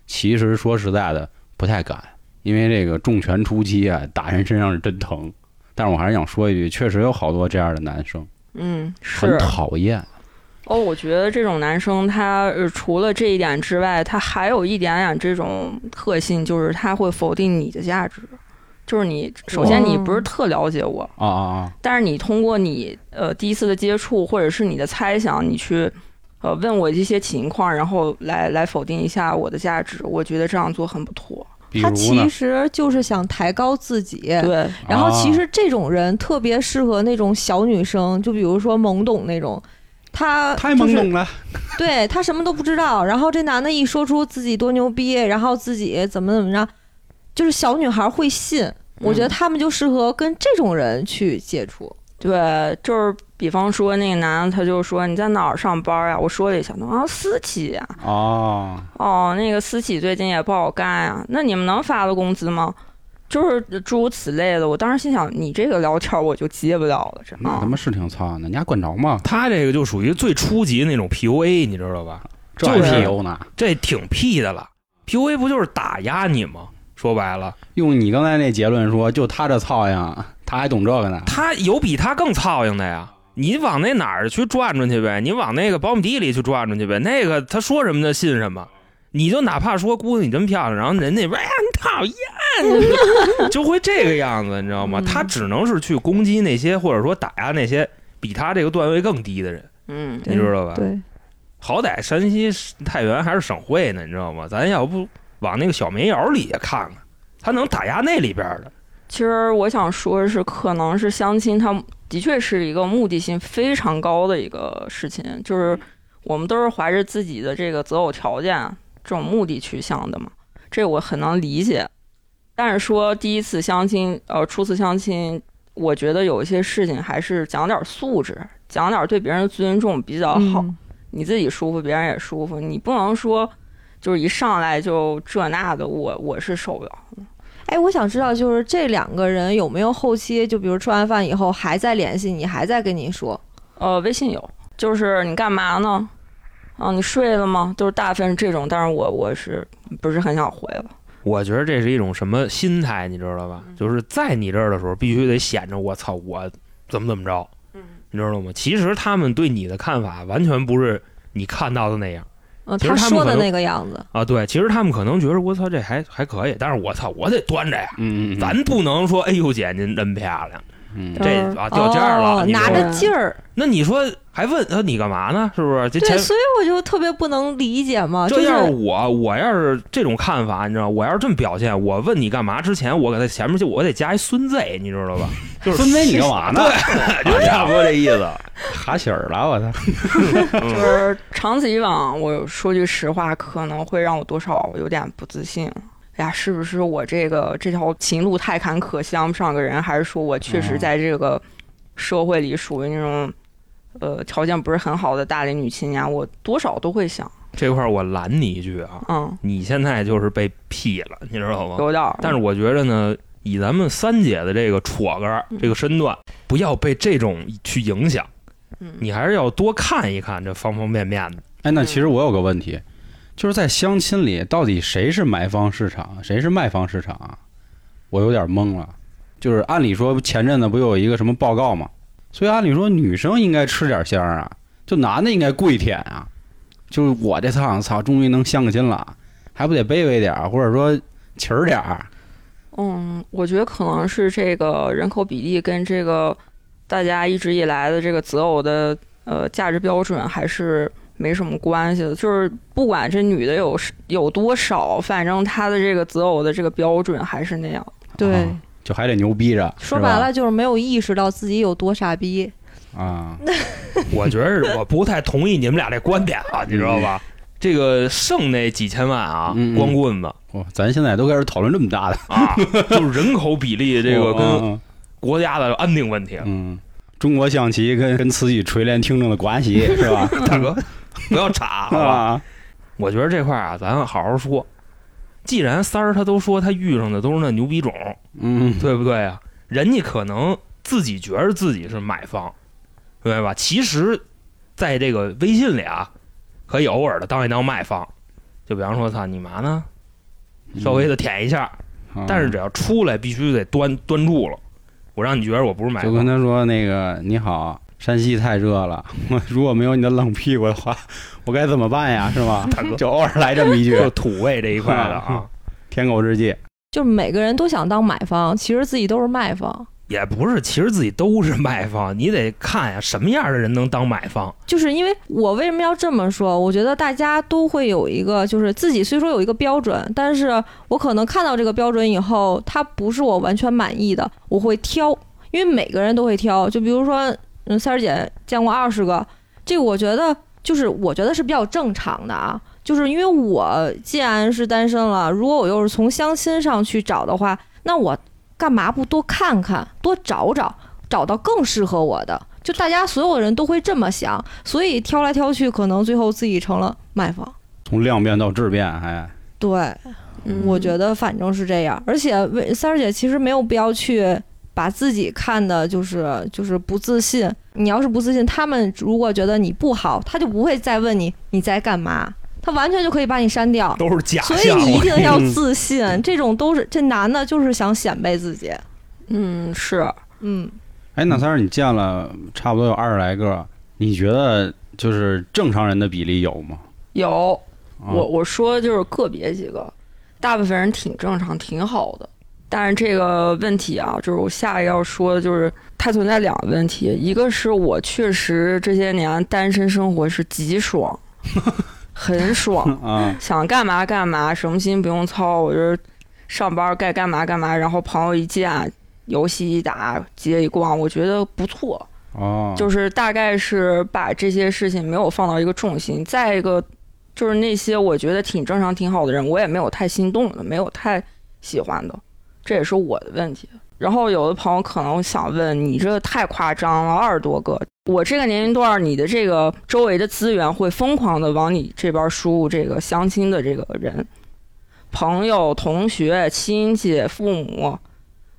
[SPEAKER 1] 其实说实在的，不太敢，因为这个重拳出击啊，打人身上是真疼。但是我还是想说一句，确实有好多这样的男生，
[SPEAKER 4] 嗯，
[SPEAKER 1] 很
[SPEAKER 4] 是。
[SPEAKER 1] 讨厌。
[SPEAKER 4] 哦，我觉得这种男生他呃除了这一点之外，他还有一点点这种特性，就是他会否定你的价值。就是你，首先你不是特了解我，
[SPEAKER 1] 啊啊啊！
[SPEAKER 4] 但是你通过你呃第一次的接触，或者是你的猜想，你去呃问我一些情况，然后来来否定一下我的价值，我觉得这样做很不妥。
[SPEAKER 1] 比
[SPEAKER 3] 他
[SPEAKER 1] 如呢
[SPEAKER 3] 其，实就是想抬高自己，
[SPEAKER 4] 对，
[SPEAKER 3] 然后其
[SPEAKER 1] 啊
[SPEAKER 3] 实这种人特别适合那种小女生，就比如说懵懂那种，她
[SPEAKER 1] 太
[SPEAKER 3] 就
[SPEAKER 1] 懵
[SPEAKER 3] 是
[SPEAKER 1] 懂了。
[SPEAKER 3] 对她什么都不知道。然后这男的一说出自己多牛逼，然后自己怎么怎么着，就是小女孩会信。我觉
[SPEAKER 1] 嗯
[SPEAKER 3] 得他们就适合跟这种人去接触。
[SPEAKER 4] 对，就是比方说那个男的，他就说你在哪儿上班呀、我说了一下，他说啊私企呀、
[SPEAKER 1] 哦，
[SPEAKER 4] 哦，那个私企最近也不好干呀、那你们能发了工资吗？就是诸如此类的。我当时心想，你这个聊天我就接不了了，这
[SPEAKER 1] 那啊他妈是挺操的，你还管着吗？
[SPEAKER 2] 他这个就属于最初级那种 PUA，你知道吧？
[SPEAKER 1] 这
[SPEAKER 2] 就是
[SPEAKER 1] 还 PU 呢？
[SPEAKER 2] 这挺屁的了，PUA 不就是打压你吗？说白了，
[SPEAKER 1] 用你刚才那结论说，就他这操样，他还懂这个呢？
[SPEAKER 2] 他有比他更操心的呀。你往那哪儿去转转去呗，你往那个苞米地里去转转去呗。那个他说什么就信什么，你就哪怕说姑娘你真漂亮，然后人那边哎呀你讨厌，啊 <laughs> 就会这个样子，你知道吗？
[SPEAKER 4] 嗯
[SPEAKER 2] 他只能是去攻击那些或者说打压那些比他这个段位更低的人，
[SPEAKER 4] 嗯，
[SPEAKER 2] 你知道吧？
[SPEAKER 3] 对，
[SPEAKER 2] 好歹山西太原还是省会呢，你知道吗？咱要不往那个小煤窑里也看看，他能打压那里边的。
[SPEAKER 4] 其实我想说的是，可能是相亲，它的确是一个目的性非常高的一个事情，就是我们都是怀着自己的这个择偶条件啊这种目的去向的嘛，这我很能理解。但是说第一次相亲，呃，初次相亲，我觉得有一些事情还是讲点素质，讲点对别人的尊重比
[SPEAKER 1] 啊
[SPEAKER 4] 较好。
[SPEAKER 3] 嗯
[SPEAKER 4] 你自己舒服，别人也舒服，你不能说就是一上来就这那的，我我是受不了。
[SPEAKER 3] 哎，我想知道，就是这两个人有没有后期，就比如吃完饭以后还在联系你，还在跟你说，
[SPEAKER 4] 呃，微信有，就是你干嘛呢？啊，你睡了吗？都是大部分是这种，但是我我是不是很想回了？
[SPEAKER 2] 我觉得这是一种什么心态，你知道吧？
[SPEAKER 3] 嗯
[SPEAKER 2] 就是在你这儿的时候，必须得显着我操我怎么怎么着，
[SPEAKER 3] 嗯
[SPEAKER 2] 你知道吗？其实他们对你的看法完全不是你看到的那样
[SPEAKER 3] 嗯、
[SPEAKER 2] 其实
[SPEAKER 3] 他
[SPEAKER 2] 他们
[SPEAKER 3] 说
[SPEAKER 2] 可
[SPEAKER 3] 的
[SPEAKER 2] 能
[SPEAKER 3] 那个样子，
[SPEAKER 2] 啊。对，其实他们可能觉得我操这还还可以，但是我操我得端着呀，
[SPEAKER 1] 嗯，嗯嗯
[SPEAKER 2] 咱不能说哎呦姐您真漂亮，
[SPEAKER 1] 嗯
[SPEAKER 2] 这
[SPEAKER 4] 嗯
[SPEAKER 2] 啊掉价了，
[SPEAKER 3] 哦、
[SPEAKER 2] 你知道
[SPEAKER 3] 拿
[SPEAKER 2] 吗
[SPEAKER 3] 着劲儿，
[SPEAKER 2] 那你说还问他你干嘛呢？是不是？这前
[SPEAKER 3] 对，所以我就特别不能理解
[SPEAKER 4] 啊
[SPEAKER 3] 嘛，就
[SPEAKER 2] 这
[SPEAKER 3] 是
[SPEAKER 2] 要是我，我要是这种看法，你知道，我要是这么表现，我问你干嘛之前，我给他前面就我得加一孙 Z，你知道吧？就是
[SPEAKER 1] 孙飞，你干嘛呢？ <laughs>
[SPEAKER 2] 就差不多这意思。
[SPEAKER 1] 哈喜儿了，我操！
[SPEAKER 4] 就是长此以往，我说句实话，可能会让我多少有点不自信了。哎呀，是不是我这个这条情路太坎坷，相不上个人，还是说我确实
[SPEAKER 1] 哦
[SPEAKER 4] 在这个社会里属于那种呃条件不是很好的大龄女青年？我多少都会想，
[SPEAKER 2] 这块儿我拦你一句啊，
[SPEAKER 4] 嗯，
[SPEAKER 2] 你现在就是被屁了，你知道吗？
[SPEAKER 4] 有点儿。
[SPEAKER 2] 但是我觉着呢，以咱们三姐的这个戳根儿
[SPEAKER 4] 嗯
[SPEAKER 2] 这个身段，不要被这种去影响，
[SPEAKER 4] 嗯，
[SPEAKER 2] 你还是要多看一看这方方面面的。
[SPEAKER 1] 哎，那
[SPEAKER 4] 嗯
[SPEAKER 1] 其实我有个问题，就是在相亲里，到底谁是买方市场，谁是卖方市场啊？我有点懵了。就是按理说，前阵子不有一个什么报告嘛，所以按理说女生应该吃点香啊，就男的应该跪舔啊。就是我这趟，操，终于能相个亲了，还不得卑微点儿，或者说勤儿点儿？
[SPEAKER 4] 嗯，我觉得可能是这个人口比例跟这个大家一直以来的这个择偶的呃价值标准还是没什么关系的。就是不管这女的有有多少，反正她的这个择偶的这个标准还是那样。
[SPEAKER 3] 对，
[SPEAKER 1] 啊就还得牛逼着。
[SPEAKER 3] 说
[SPEAKER 1] 是吧
[SPEAKER 3] 白了就是没有意识到自己有多傻逼。
[SPEAKER 1] 啊，
[SPEAKER 2] 我觉着我不太同意你们俩这观点啊，你知道吧？这个剩那几千万啊
[SPEAKER 1] 嗯嗯嗯，
[SPEAKER 2] 光棍子
[SPEAKER 1] 哇，咱现在都开始讨论这么大的
[SPEAKER 2] 啊， <laughs> 就是人口比例这个跟
[SPEAKER 1] 嗯
[SPEAKER 2] 国家的安定问题。
[SPEAKER 1] 嗯，中国象棋跟跟慈禧垂帘听政的关系
[SPEAKER 2] <laughs>
[SPEAKER 1] 是吧？
[SPEAKER 2] 大哥，不要岔，好吧？
[SPEAKER 1] <laughs> 啊，
[SPEAKER 2] 我觉得这块儿啊，咱好好说。既然三儿他都说他遇上的都是那牛逼种，
[SPEAKER 1] 嗯，
[SPEAKER 2] 对不对啊？人家可能自己觉着自己是买方，对吧？其实，在这个微信里啊，可以偶尔的当一当卖方，就比方说，操你妈呢，稍微的舔一下，
[SPEAKER 1] 嗯，
[SPEAKER 2] 但是只要出来必须得端端住了，我让你觉得我不是买
[SPEAKER 1] 就跟
[SPEAKER 2] 方。
[SPEAKER 1] 他说那个你好，山西太热了， <laughs> 我如果没有你的冷屁股的话，我该怎么办
[SPEAKER 2] <laughs>
[SPEAKER 1] 呀？是吗？
[SPEAKER 2] 大哥，
[SPEAKER 1] 就偶尔来这么一
[SPEAKER 2] <laughs>
[SPEAKER 1] 句
[SPEAKER 2] 就土味这一块的
[SPEAKER 1] <laughs>
[SPEAKER 2] 啊，
[SPEAKER 1] 舔狗之计，
[SPEAKER 3] 就是每个人都想当买方，其实自己都是卖方。
[SPEAKER 2] 也不是，其实自己都是卖方，你得看呀，什么样的人能当买方？
[SPEAKER 3] 就是因为我为什么要这么说？我觉得大家都会有一个，就是自己虽说有一个标准，但是我可能看到这个标准以后，它不是我完全满意的，我会挑，因为每个人都会挑。就比如说，嗯，三儿姐见过二十个，这个我觉得就是我觉得是比较正常的啊。就是因为我既然是单身了，如果我又是从相亲上去找的话，那我干嘛不多看看、多找找，找到更适合我的？就大家所有人都会这么想，所以挑来挑去，可能最后自己成了卖方。
[SPEAKER 1] 从量变到质变，哎还
[SPEAKER 3] 对，我觉
[SPEAKER 4] 得
[SPEAKER 3] 得反正是这样。而且为三儿姐其实没有必要去把自己看的就是就是不自信。你要是不自信，他们如果觉得你不好，他就不会再问你你在干嘛，他完全就可以把你删掉。
[SPEAKER 2] 都是假啊
[SPEAKER 3] 所以你一定要
[SPEAKER 1] 嗯
[SPEAKER 3] 自信，这种都是这男的就是想显摆自己。
[SPEAKER 4] 嗯是，
[SPEAKER 3] 嗯，
[SPEAKER 1] 哎，那三儿你见了差不多有二十来个，你觉得就是正常人的比例有
[SPEAKER 2] <laughs>
[SPEAKER 1] 吗？
[SPEAKER 4] 有
[SPEAKER 1] 啊
[SPEAKER 4] 我我说就是个别几个，大部分人挺正常，挺好的。但是这个问题啊，就是我下一个要说的就是它存在两个问题，一个是我确实这些年单身生活是极爽，
[SPEAKER 1] <laughs>
[SPEAKER 4] 很爽，
[SPEAKER 1] 啊，
[SPEAKER 4] 想干嘛干嘛，什么心不用操，我就是上班该干嘛干嘛，然后朋友一见，游戏一打，街一逛，我觉得不错。
[SPEAKER 1] 哦，
[SPEAKER 4] 就是大概是把这些事情没有放到一个重心。再一个，就是那些我觉得挺正常、挺好的人，我也没有太心动的，没有太喜欢的，这也是我的问题。然后有的朋友可能想问你这太夸张了，二十多个，我这个年龄段，你的这个周围的资源会疯狂的往你这边输入这个相亲的这个人，朋友、同学、亲戚、父母。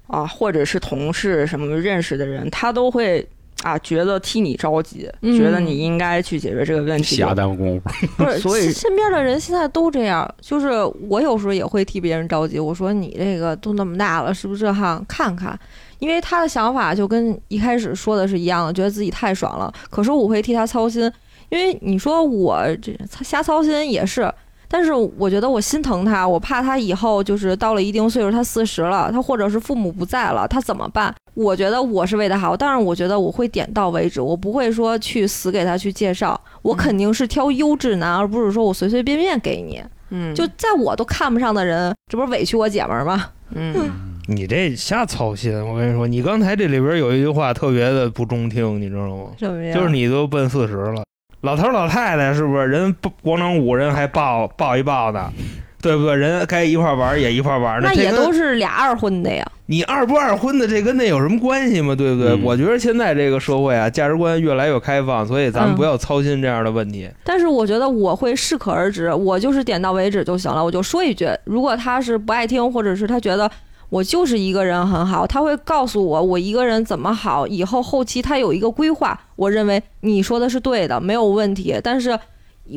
[SPEAKER 4] 啊，或者是同事什么认识的人，他都会啊，觉得替你着急，
[SPEAKER 3] 嗯
[SPEAKER 4] 觉得你应该去解决这个问题。
[SPEAKER 1] 瞎耽误功夫，
[SPEAKER 3] <laughs> 不是，
[SPEAKER 4] 所以
[SPEAKER 3] 身身边的人现在都这样。就是我有时候也会替别人着急，我说你这个都那么大了，是不是这行看看？因为他的想法就跟一开始说的是一样的，觉得自己太爽了。可是我会替他操心，因为你说我这瞎操心也是。但是我觉得我心疼他，我怕他以后就是到了一定岁数，他四十了，他或者是父母不在了，他怎么办？我觉得我是为他好，但是我觉得我会点到为止，我不会说去死给他去介绍，我肯定是挑优质男，而不是说我随随便便给你。
[SPEAKER 4] 嗯，
[SPEAKER 3] 就在我都看不上的人，这不是委屈我姐们儿吗？
[SPEAKER 4] 嗯，
[SPEAKER 2] 你这瞎操心，我跟你说，你刚才这里边有一句话特别的不中听，你知道吗？
[SPEAKER 3] 怎么样？
[SPEAKER 2] 就是你都奔四十了，老头儿老太太是不是人不广场舞人还抱抱一抱呢？对不对？人该一块儿玩儿也一块儿玩儿，
[SPEAKER 3] 那
[SPEAKER 2] 这
[SPEAKER 3] 也
[SPEAKER 2] 跟
[SPEAKER 3] 都是俩二婚的呀。
[SPEAKER 2] 你二不二婚的，这跟那有什么关系吗？对不对？
[SPEAKER 1] 嗯
[SPEAKER 2] 我觉得现在这个社会啊，价值观越来越开放，所以咱们
[SPEAKER 3] 嗯
[SPEAKER 2] 不要操心这样的问题。
[SPEAKER 3] 但是我觉得我会适可而止，我就是点到为止就行了，我就说一句。如果他是不爱听，或者是他觉得我就是一个人很好，他会告诉我我一个人怎么好，以后后期他有一个规划。我认为你说的是对的，没有问题。但是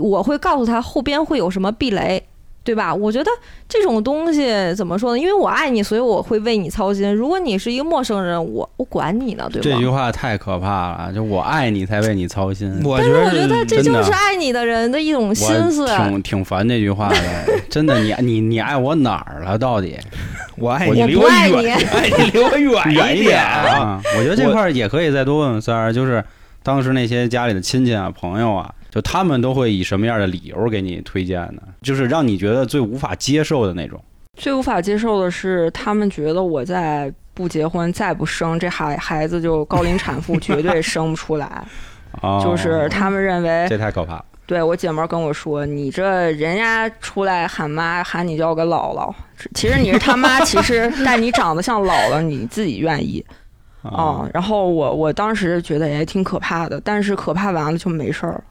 [SPEAKER 3] 我会告诉他后边会有什么避雷。对吧？我觉得这种东西怎么说呢？因为我爱你，所以我会为你操心。如果你是一个陌生人，我我管你呢，对吧？
[SPEAKER 1] 这句话太可怕了，就我爱你才为你操心。
[SPEAKER 2] 我
[SPEAKER 3] 但
[SPEAKER 2] 觉
[SPEAKER 3] 是
[SPEAKER 2] 得
[SPEAKER 3] 我觉得这
[SPEAKER 1] 真
[SPEAKER 3] 就
[SPEAKER 1] 的
[SPEAKER 3] 是爱你的人的一种心思。
[SPEAKER 1] 我挺挺烦这句
[SPEAKER 4] <laughs>
[SPEAKER 1] 话
[SPEAKER 2] 嗯
[SPEAKER 1] 的，真的，你你你爱我哪儿了？到底
[SPEAKER 2] 我爱
[SPEAKER 1] 我
[SPEAKER 2] 你，
[SPEAKER 3] 我
[SPEAKER 2] 离
[SPEAKER 3] 不
[SPEAKER 2] 我 <laughs>
[SPEAKER 3] 爱
[SPEAKER 2] 远，
[SPEAKER 3] 你
[SPEAKER 2] 爱你离我 <laughs> 远
[SPEAKER 1] 远
[SPEAKER 2] 一
[SPEAKER 1] 一点啊！我觉得这块儿也可以再多问问三儿，就是当时那些家里的亲戚啊、朋友啊，就他们都会以什么样的理由给你推荐呢？就是让你觉得最无法接受的那种。
[SPEAKER 4] 最无法接受的是，他们觉得我再不结婚、再不生，这孩孩子就高龄产妇，绝对生不出来。
[SPEAKER 1] 哦、
[SPEAKER 4] 就是他们认为，
[SPEAKER 1] 这太可怕了。
[SPEAKER 4] 对我姐妹儿跟我说，你这人家出来喊妈喊你叫个姥姥，其实你是他妈，其
[SPEAKER 1] <laughs>
[SPEAKER 4] 实但你长得像姥姥，你自己愿意啊、
[SPEAKER 1] 哦
[SPEAKER 4] 然后我我当时觉得也挺可怕的，但是可怕完了就没事儿了，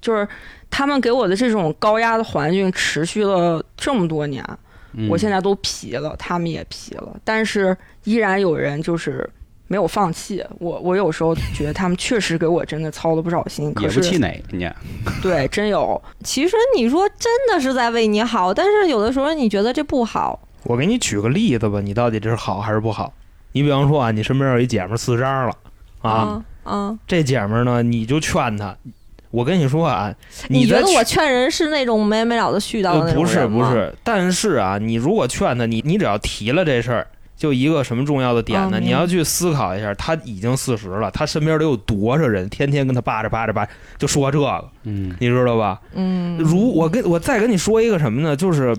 [SPEAKER 4] 就是他们给我的这种高压的环境持续了这么多年，
[SPEAKER 1] 嗯
[SPEAKER 4] 我现在都皮了，他们也皮了，但是依然有人就是没有放弃。我我有时候觉得他们确实给我真的操了不少心，
[SPEAKER 1] 也
[SPEAKER 4] 可
[SPEAKER 1] 不气
[SPEAKER 4] 是
[SPEAKER 1] 馁，人家
[SPEAKER 4] 对真有。
[SPEAKER 3] 其实你说真的是在为你好，但是有的时候你觉得这不好，
[SPEAKER 2] 我给你举个例子吧，你到底这是好还是不好？你比方说啊，你身边有一姐们儿四张了啊，
[SPEAKER 3] 嗯，
[SPEAKER 2] 这姐们儿呢，你就劝她。我跟你说啊，
[SPEAKER 3] 你觉
[SPEAKER 2] 在
[SPEAKER 3] 得
[SPEAKER 2] 劝
[SPEAKER 3] 我劝人是那种没完没了的絮叨的
[SPEAKER 2] 呃，
[SPEAKER 3] 那种
[SPEAKER 2] 不是
[SPEAKER 3] 人
[SPEAKER 2] 不
[SPEAKER 3] 吗，
[SPEAKER 2] 是，但是啊，你如果劝他，你你只要提了这事儿，就一个什么重要的点呢？
[SPEAKER 3] 嗯
[SPEAKER 2] 你要去思考一下，他已经四十了，他身边得有多少人天天跟他扒着扒着扒着，就说这个，
[SPEAKER 1] 嗯，
[SPEAKER 2] 你知道吧？
[SPEAKER 3] 嗯，
[SPEAKER 2] 如我跟我再跟你说一个什么呢？就是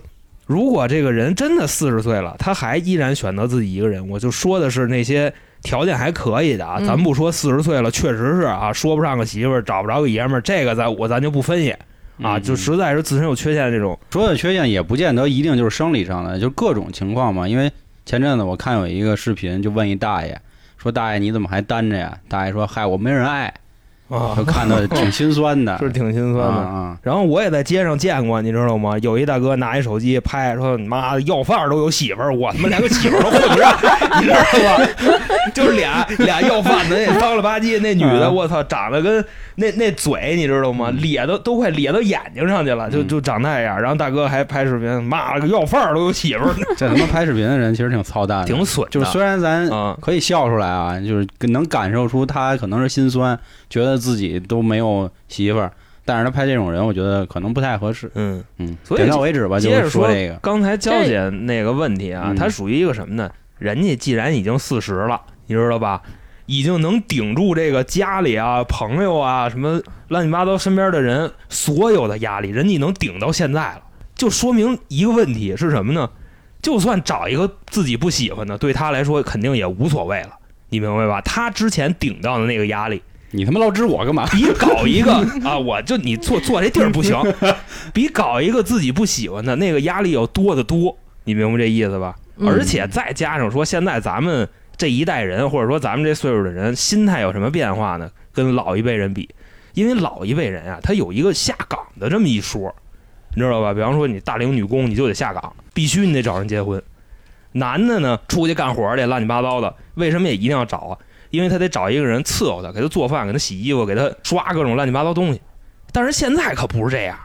[SPEAKER 2] 如果这个人真的四十岁了，他还依然选择自己一个人，我就说的是那些条件还可以的啊，
[SPEAKER 3] 嗯
[SPEAKER 2] 咱不说四十岁了，确实是啊，说不上个媳妇儿，找不着个爷们儿，这个咱我咱就不分析啊，
[SPEAKER 1] 嗯
[SPEAKER 2] 就实在是自身有缺陷这种。
[SPEAKER 1] 说的缺陷也不见得一定就是生理上的，就各种情况嘛。因为前阵子我看有一个视频，就问一大爷说：“大爷你怎么还单着呀？”大爷说：“嗨，我没人爱。”
[SPEAKER 2] 啊
[SPEAKER 1] 就，看 <laughs> 的哦挺心酸的，
[SPEAKER 2] 哦是挺心酸
[SPEAKER 1] 啊
[SPEAKER 2] 的。
[SPEAKER 1] 啊！
[SPEAKER 2] 然后我也在街上见过，你知道吗？有一大哥拿一手机拍，说你妈的要饭儿都有媳妇儿，我他妈连个媳妇儿都混
[SPEAKER 1] <laughs>
[SPEAKER 2] 不上，你知道吗？就是俩俩要饭的，那脏了吧唧，那女的，
[SPEAKER 1] 嗯
[SPEAKER 2] 我操，长得跟那那嘴，你知道吗？
[SPEAKER 1] 嗯
[SPEAKER 2] 咧都都快咧到眼睛上去了，就
[SPEAKER 1] 嗯
[SPEAKER 2] 就长那样。然后大哥还拍视频，骂了个要饭儿都有媳妇儿，
[SPEAKER 1] 这他妈拍视频的人其实挺操蛋的，嗯
[SPEAKER 2] 挺损的。
[SPEAKER 1] 就是虽然咱
[SPEAKER 2] 啊，
[SPEAKER 1] 可以笑出来啊，就是能感受出他可能是心酸，觉得自己都没有媳妇儿，但是他拍这种人，我觉得可能不太合适。
[SPEAKER 2] 嗯。
[SPEAKER 1] 嗯，
[SPEAKER 2] 所以
[SPEAKER 1] 点到为止吧，就
[SPEAKER 2] 接着
[SPEAKER 1] 是
[SPEAKER 2] 说
[SPEAKER 1] 这个。
[SPEAKER 2] 刚才娇姐那个问题啊
[SPEAKER 1] 嗯，
[SPEAKER 2] 它属于一个什么呢？人家既然已经四十了，你知道吧？已经能顶住这个家里啊、朋友啊、什么乱七八糟身边的人所有的压力，人家能顶到现在了，就说明一个问题是什么呢？就算找一个自己不喜欢的，对他来说肯定也无所谓了，你明白吧？他之前顶到的那个压力，
[SPEAKER 1] 你他妈老指我干嘛？
[SPEAKER 2] 比搞一个啊，我就你坐坐这地儿不行，比搞一个自己不喜欢的那个压力要多得多，你明白这意思吧？
[SPEAKER 3] 嗯
[SPEAKER 2] 而且再加上说，现在咱们这一代人，或者说咱们这岁数的人，心态有什么变化呢？跟老一辈人比，因为老一辈人啊，他有一个下岗的这么一说，你知道吧？比方说你大龄女工，你就得下岗，必须你得找人结婚。男的呢，出去干活儿去，乱七八糟的，为什么也一定要找啊？因为他得找一个人伺候他，给他做饭，给他洗衣服，给他刷各种乱七八糟东西。但是现在可不是这样，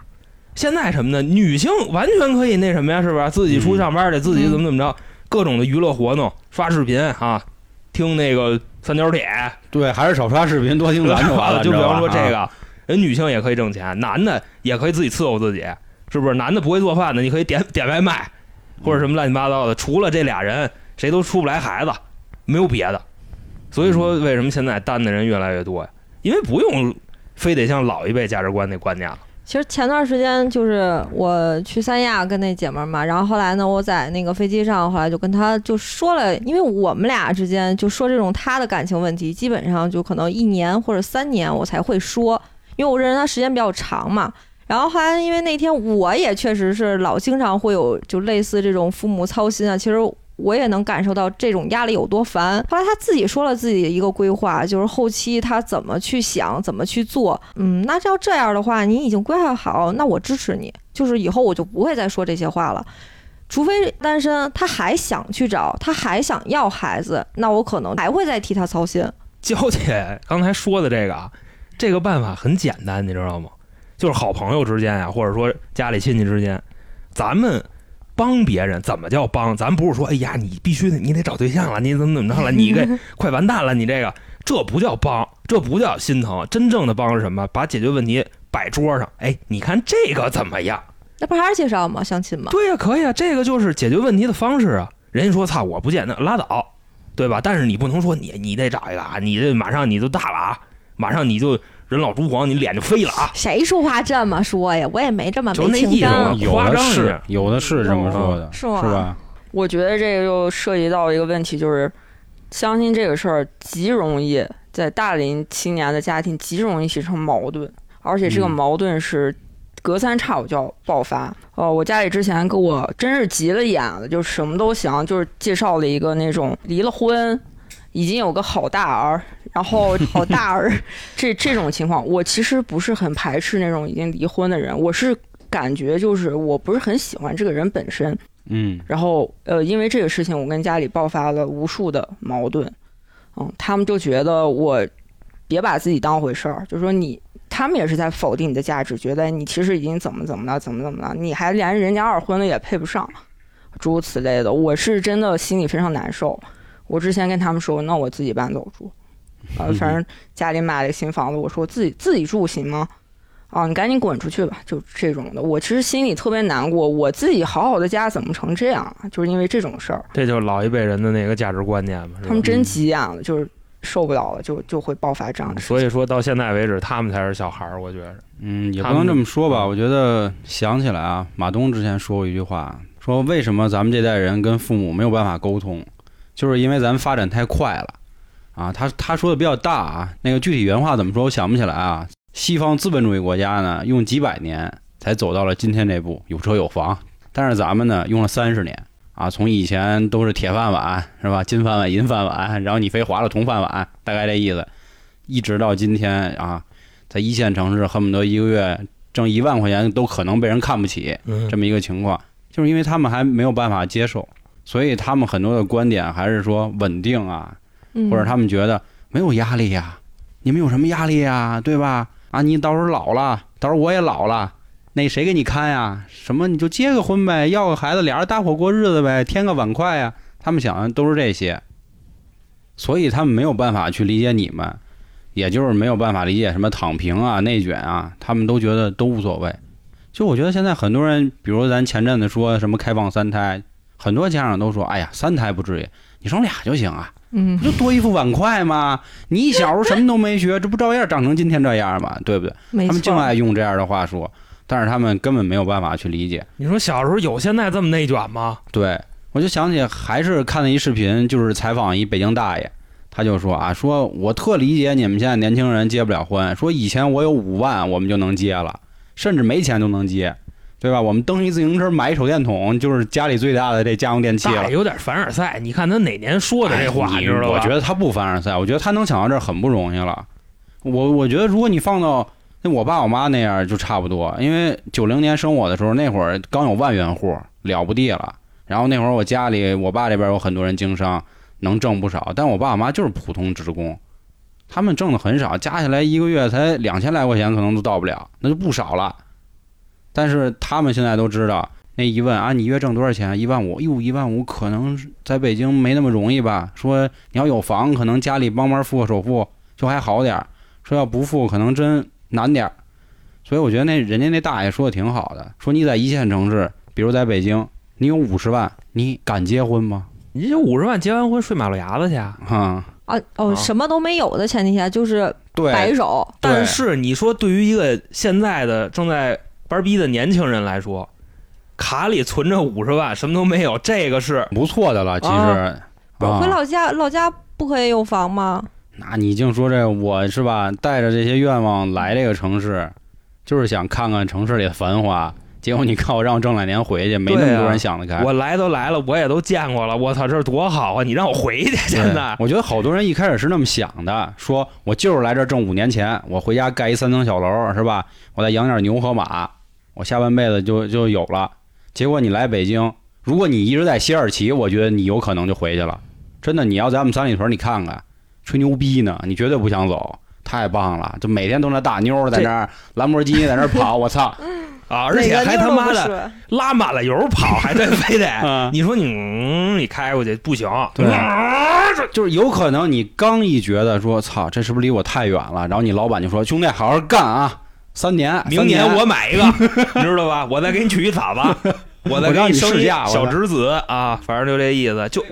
[SPEAKER 2] 现在什么呢？女性完全可以那什么呀，是吧？自己出去上班去，自己怎么怎么着，各种的娱乐活动，刷视频啊，听那个三角铁，
[SPEAKER 1] 对，还是少刷视频，多听 <laughs> 咱就完了。
[SPEAKER 2] <laughs> 就比方说
[SPEAKER 1] 你知
[SPEAKER 2] 这
[SPEAKER 1] 道吧，啊
[SPEAKER 2] 个，人女性也可以挣钱，男的也可以自己伺候自己，是不是？男的不会做饭的，你可以点点外卖，
[SPEAKER 1] 嗯
[SPEAKER 2] 或者什么乱七八糟的。除了这俩人，谁都出不来孩子，没有别的。所以
[SPEAKER 1] 嗯
[SPEAKER 2] 说，为什么现在单的人越来越多呀？因为不用非得像老一辈价值观那观念了。
[SPEAKER 3] 其实前段时间就是我去三亚跟那姐们儿嘛，然后后来呢，我在那个飞机上，后来就跟她就说了，因为我们俩之间就说这种她的感情问题，基本上就可能一年或者三年我才会说，因为我认识她时间比较长嘛。然后还因为那天我也确实是老经常会有就类似这种父母操心啊，其实我也能感受到这种压力有多烦。后来他自己说了自己的一个规划，就是后期他怎么去想，怎么去做。嗯，那要这样的话，你已经规划好，那我支持你，就是以后我就不会再说这些话了。除非单身，他还想去找，他还想要孩子，那我可能还会再替他操心。
[SPEAKER 2] 娇姐刚才说的这个啊，这个办法很简单，你知道吗？就是好朋友之间呀、或者说家里亲戚之间，咱们帮别人怎么叫帮？咱不是说哎呀，你必须得你得找对象了，你怎么怎么着了，你
[SPEAKER 3] 嗯
[SPEAKER 2] 这 <laughs> 快完蛋了，你这个这不叫帮，这不叫心疼。真正的帮是什么？把解决问题摆桌上，哎，你看这个怎么样？
[SPEAKER 3] 那不还是介绍吗？相亲吗？
[SPEAKER 2] 对呀、可以啊，这个就是解决问题的方式啊。人家说操，我不见那拉倒，对吧？但是你不能说你你得找一个啊，你这马上你就大了啊，马上你就人老珠黄，你脸就飞了
[SPEAKER 3] <laughs>
[SPEAKER 2] 啊。
[SPEAKER 3] 谁说话这么说呀？我也没这么
[SPEAKER 2] 就
[SPEAKER 3] 没
[SPEAKER 2] 那
[SPEAKER 3] 情
[SPEAKER 2] 意思
[SPEAKER 3] 商
[SPEAKER 2] 嘛。
[SPEAKER 1] 有
[SPEAKER 2] 夸
[SPEAKER 1] 的
[SPEAKER 2] 张一
[SPEAKER 1] 是
[SPEAKER 2] 点，
[SPEAKER 1] 有的是这么说的，
[SPEAKER 3] 是吗
[SPEAKER 1] 吧？
[SPEAKER 4] 我觉得这个又涉及到一个问题，就是相亲这个事儿极容易在大龄青年的家庭极容易形成矛盾，而且这个
[SPEAKER 1] 嗯
[SPEAKER 4] 矛盾是隔三差五就要爆发。哦，我家里之前给我真是急了眼了，就什么都行，就是介绍了一个那种离了婚。已经有个好大儿，然后好大儿，这这种情况，我其实不是很排斥那种已经离婚的人，我是感觉就是我不是很喜欢这个人本身，
[SPEAKER 1] 嗯，
[SPEAKER 4] 然后呃，因为这个事情，我跟家里爆发了无数的矛盾。嗯，他们就觉得我别把自己当回事儿，就说你，他们也是在否定你的价值，觉得你其实已经怎么怎么了，怎么怎么了，你还连人家二婚的也配不上，诸如此类的。我是真的心里非常难受。我之前跟他们说，那我自己搬走住，呃，反正家里买了新房子，我说自己自己住行吗？啊，你赶紧滚出去吧，就这种的。我其实心里特别难过，我自己好好的家怎么成这样啊？就是因为这种事儿，
[SPEAKER 2] 这就是老一辈人的那个价值观念嘛。是吧
[SPEAKER 4] 他们真急眼了，就是受不了了，就就会爆发这样的事情。
[SPEAKER 2] 所以说到现在为止，他们才是小孩儿，我觉得。
[SPEAKER 1] 嗯，也不
[SPEAKER 2] 他们
[SPEAKER 1] 能这么说吧。我觉得想起来啊，马东之前说过一句话，说为什么咱们这代人跟父母没有办法沟通，就是因为咱们发展太快了啊。他他说的比较大啊，那个具体原话怎么说我想不起来啊。西方资本主义国家呢，用几百年才走到了今天这步，有车有房，但是咱们呢，用了三十年。啊，从以前都是铁饭碗是吧？金饭碗、银饭碗，然后你非划了铜饭碗，大概这意思，一直到今天啊，在一线城市恨不得一个月挣一万块钱都可能被人看不起，
[SPEAKER 2] 嗯
[SPEAKER 1] 这么一个情况，就是因为他们还没有办法接受，所以他们很多的观点还是说稳定啊，
[SPEAKER 3] 嗯
[SPEAKER 1] 或者他们觉得没有压力呀、你们有什么压力呀、对吧？啊，你到时候老了，到时候我也老了，那谁给你看呀？什么你就结个婚呗，要个孩子，俩人搭伙过日子呗，添个碗筷呀。他们想的都是这些，所以他们没有办法去理解你们，也就是没有办法理解什么躺平啊、内卷啊，他们都觉得都无所谓。就我觉得现在很多人，比如咱前阵子说什么开放三胎，很多家长都说：“哎呀，三胎不至于，你生俩就行啊。”
[SPEAKER 3] 嗯
[SPEAKER 1] 不，就多一副碗筷吗？你小时候什么都没学，这不照样长成今天这样吗？对不对？
[SPEAKER 3] 没
[SPEAKER 1] 他们
[SPEAKER 3] 错
[SPEAKER 1] 净。爱用这样的话说，但是他们根本没有办法去理解。
[SPEAKER 2] 你说小时候有现在这么内卷吗？
[SPEAKER 1] 对我就想起还是看了一视频，就是采访一北京大爷，他就说啊，说我特理解你们现在年轻人结不了婚，说以前我有五万我们就能结了，甚至没钱都能结，对吧？我们蹬一自行车买一手电筒，就是家里最大的这家用电器
[SPEAKER 2] 大
[SPEAKER 1] 了
[SPEAKER 2] 爷。有点凡尔赛，你看他哪年说的这话，
[SPEAKER 1] 哎
[SPEAKER 2] 你知道吧？
[SPEAKER 1] 我觉得他不凡尔赛，我觉得他能想到这儿很不容易了。我我觉得如果你放到那我爸我妈那样就差不多，因为九零年生我的时候，那会儿刚有万元户，了不地了。然后那会儿我家里我爸这边有很多人经商，能挣不少，但我爸我妈就是普通职工，他们挣的很少，加起来一个月才两千来块钱，可能都到不了，那就不少了。但是他们现在都知道，那一问啊，你一月挣多少钱？一万五，哟，一万五可能是在北京没那么容易吧？说你要有房，可能家里帮忙付个首付就还好点儿；说要不付，可能真难点儿。所以我觉得那人家那大爷说的挺好的，说你在一线城市，比如在北京，你有五十万，你敢结婚吗？
[SPEAKER 2] 你这五十万结完婚睡马路牙子去啊，
[SPEAKER 1] 啊、
[SPEAKER 3] 啊哦，
[SPEAKER 2] 啊
[SPEAKER 3] 什么都没有的前提下就是白
[SPEAKER 1] 对，
[SPEAKER 3] 手，
[SPEAKER 2] 但
[SPEAKER 1] 对
[SPEAKER 2] 是你说，对于一个现在的正在班逼的年轻人来说，卡里存着五十万，什么都没有，这个是
[SPEAKER 1] 不错的了，其实。
[SPEAKER 2] 啊
[SPEAKER 3] 回
[SPEAKER 1] 啊
[SPEAKER 3] 老家老家不可以有房吗？
[SPEAKER 1] 那你净说这我是吧？带着这些愿望来这个城市，就是想看看城市里的繁华。结果你看我让我挣两年回去，没那
[SPEAKER 2] 对
[SPEAKER 1] 么
[SPEAKER 2] 啊
[SPEAKER 1] 多人想得开。
[SPEAKER 2] 我来都来了，我也都见过了，我操，这儿多好啊！你让我回 <laughs> 去，
[SPEAKER 1] 对
[SPEAKER 2] 现在
[SPEAKER 1] 我觉得好多人一开始是那么想的，说我就是来这儿挣五年钱，我回家盖一三层小楼，是吧？我再养点牛和马，我下半辈子就就有了。结果你来北京，如果你一直在歇尔奇，我觉得你有可能就回去了。真的，你要在我们三里屯，你看看，吹牛逼呢，你绝对不想走。太棒了，就每天都那大妞儿在那儿，兰博基尼在那儿跑，我操！
[SPEAKER 2] 啊，而且还他妈的拉满了油跑，还得
[SPEAKER 1] <laughs>
[SPEAKER 2] 非得。
[SPEAKER 1] 啊，
[SPEAKER 2] 你说你、嗯、你开过去不行，嗯
[SPEAKER 1] 对就是有可能你刚一觉得说操，这是不是离我太远了？然后你老板就说兄弟，好好干啊，三年，
[SPEAKER 2] 明
[SPEAKER 1] 三
[SPEAKER 2] 年
[SPEAKER 1] 年 <laughs>
[SPEAKER 2] 我买一个， <laughs> 你知道吧？我再给你娶一嫂子，我再
[SPEAKER 1] 我
[SPEAKER 2] 给
[SPEAKER 1] 让你
[SPEAKER 2] 生
[SPEAKER 1] 试
[SPEAKER 2] 一
[SPEAKER 1] 驾我
[SPEAKER 2] 小
[SPEAKER 1] 再
[SPEAKER 2] 侄子啊，反正就这意思，就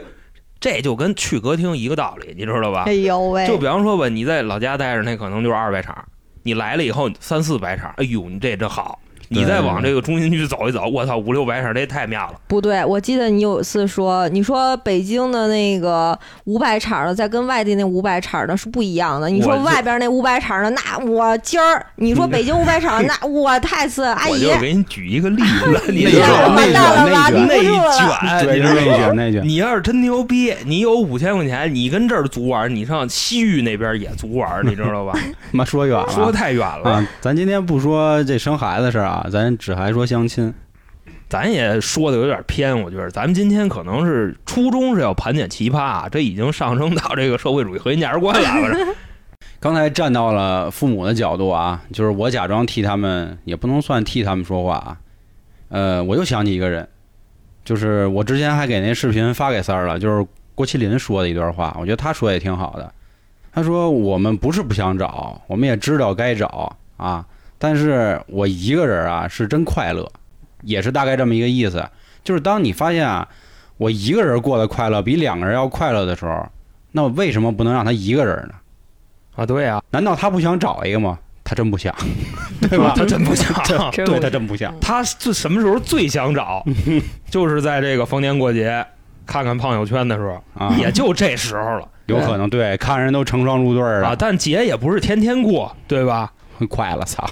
[SPEAKER 2] 这就跟去歌厅一个道理，你知道吧
[SPEAKER 3] 哎？呦喂，
[SPEAKER 2] 就比方说吧，你在老家待着，那可能就是二百场，你来了以后三四百场，哎呦，你这真好。你再往这个中心区走一走，我操，五六百场，这太妙了。
[SPEAKER 3] 不对，我记得你有一次说，你说北京的那个五百场的，在跟外地那五百场的是不一样的。你说
[SPEAKER 2] 我就嗯
[SPEAKER 3] 外边那五百场的，那我今儿你说北京五百
[SPEAKER 2] <laughs>
[SPEAKER 3] 场，那我太次，阿
[SPEAKER 2] 我
[SPEAKER 3] 姨
[SPEAKER 2] 就，给你举一个例子，你
[SPEAKER 1] 内
[SPEAKER 2] 知
[SPEAKER 1] 卷
[SPEAKER 2] 道吗？
[SPEAKER 1] 内
[SPEAKER 3] 完蛋了吧？
[SPEAKER 1] 卷
[SPEAKER 3] 哎你不
[SPEAKER 2] 内
[SPEAKER 3] 住了。
[SPEAKER 2] 卷，
[SPEAKER 1] 对，
[SPEAKER 2] 哎你知道
[SPEAKER 1] 那
[SPEAKER 2] 吗？
[SPEAKER 1] 卷那卷，
[SPEAKER 2] 你要是真牛逼，你有五千块钱，你跟这儿足玩，你上西域那边也足玩，你知道吧？
[SPEAKER 1] 妈说远了，
[SPEAKER 2] 说太远了，
[SPEAKER 1] 啊，咱今天不说这生孩子的事儿啊，咱只还说相亲。
[SPEAKER 2] 咱也说的有点偏，我觉得咱们今天可能是初衷是要盘点奇葩啊，这已经上升到这个社会主义核心价值观了，反正
[SPEAKER 1] 刚才站到了父母的角度啊，就是我假装替他们，也不能算替他们说话啊。呃，我又想起一个人，就是我之前还给那视频发给三儿了，就是郭麒麟说的一段话，我觉得他说的也挺好的。他说：“我们不是不想找，我们也知道该找啊，但是我一个人啊是真快乐，也是大概这么一个意思。就是当你发现啊，我一个人过得快乐比两个人要快乐的时候，那我为什么不能让他一个人呢？”
[SPEAKER 2] 啊，对啊，
[SPEAKER 1] 难道他不想找一个吗？他真不想，对吧？
[SPEAKER 2] <laughs> 他真不想，
[SPEAKER 4] 真
[SPEAKER 1] 对
[SPEAKER 4] 不
[SPEAKER 1] 他真不想。
[SPEAKER 2] 他最什么时候最
[SPEAKER 1] <laughs>
[SPEAKER 2] 想找，就是在这个逢年过节看看胖友圈的时候，
[SPEAKER 1] 啊，
[SPEAKER 2] 也就这时
[SPEAKER 1] <laughs>
[SPEAKER 2] 候了
[SPEAKER 1] 有可能对，看人都成双入对儿
[SPEAKER 2] 啊。
[SPEAKER 1] 了，
[SPEAKER 2] 但节也不是天天过，对吧？
[SPEAKER 1] 快了，操！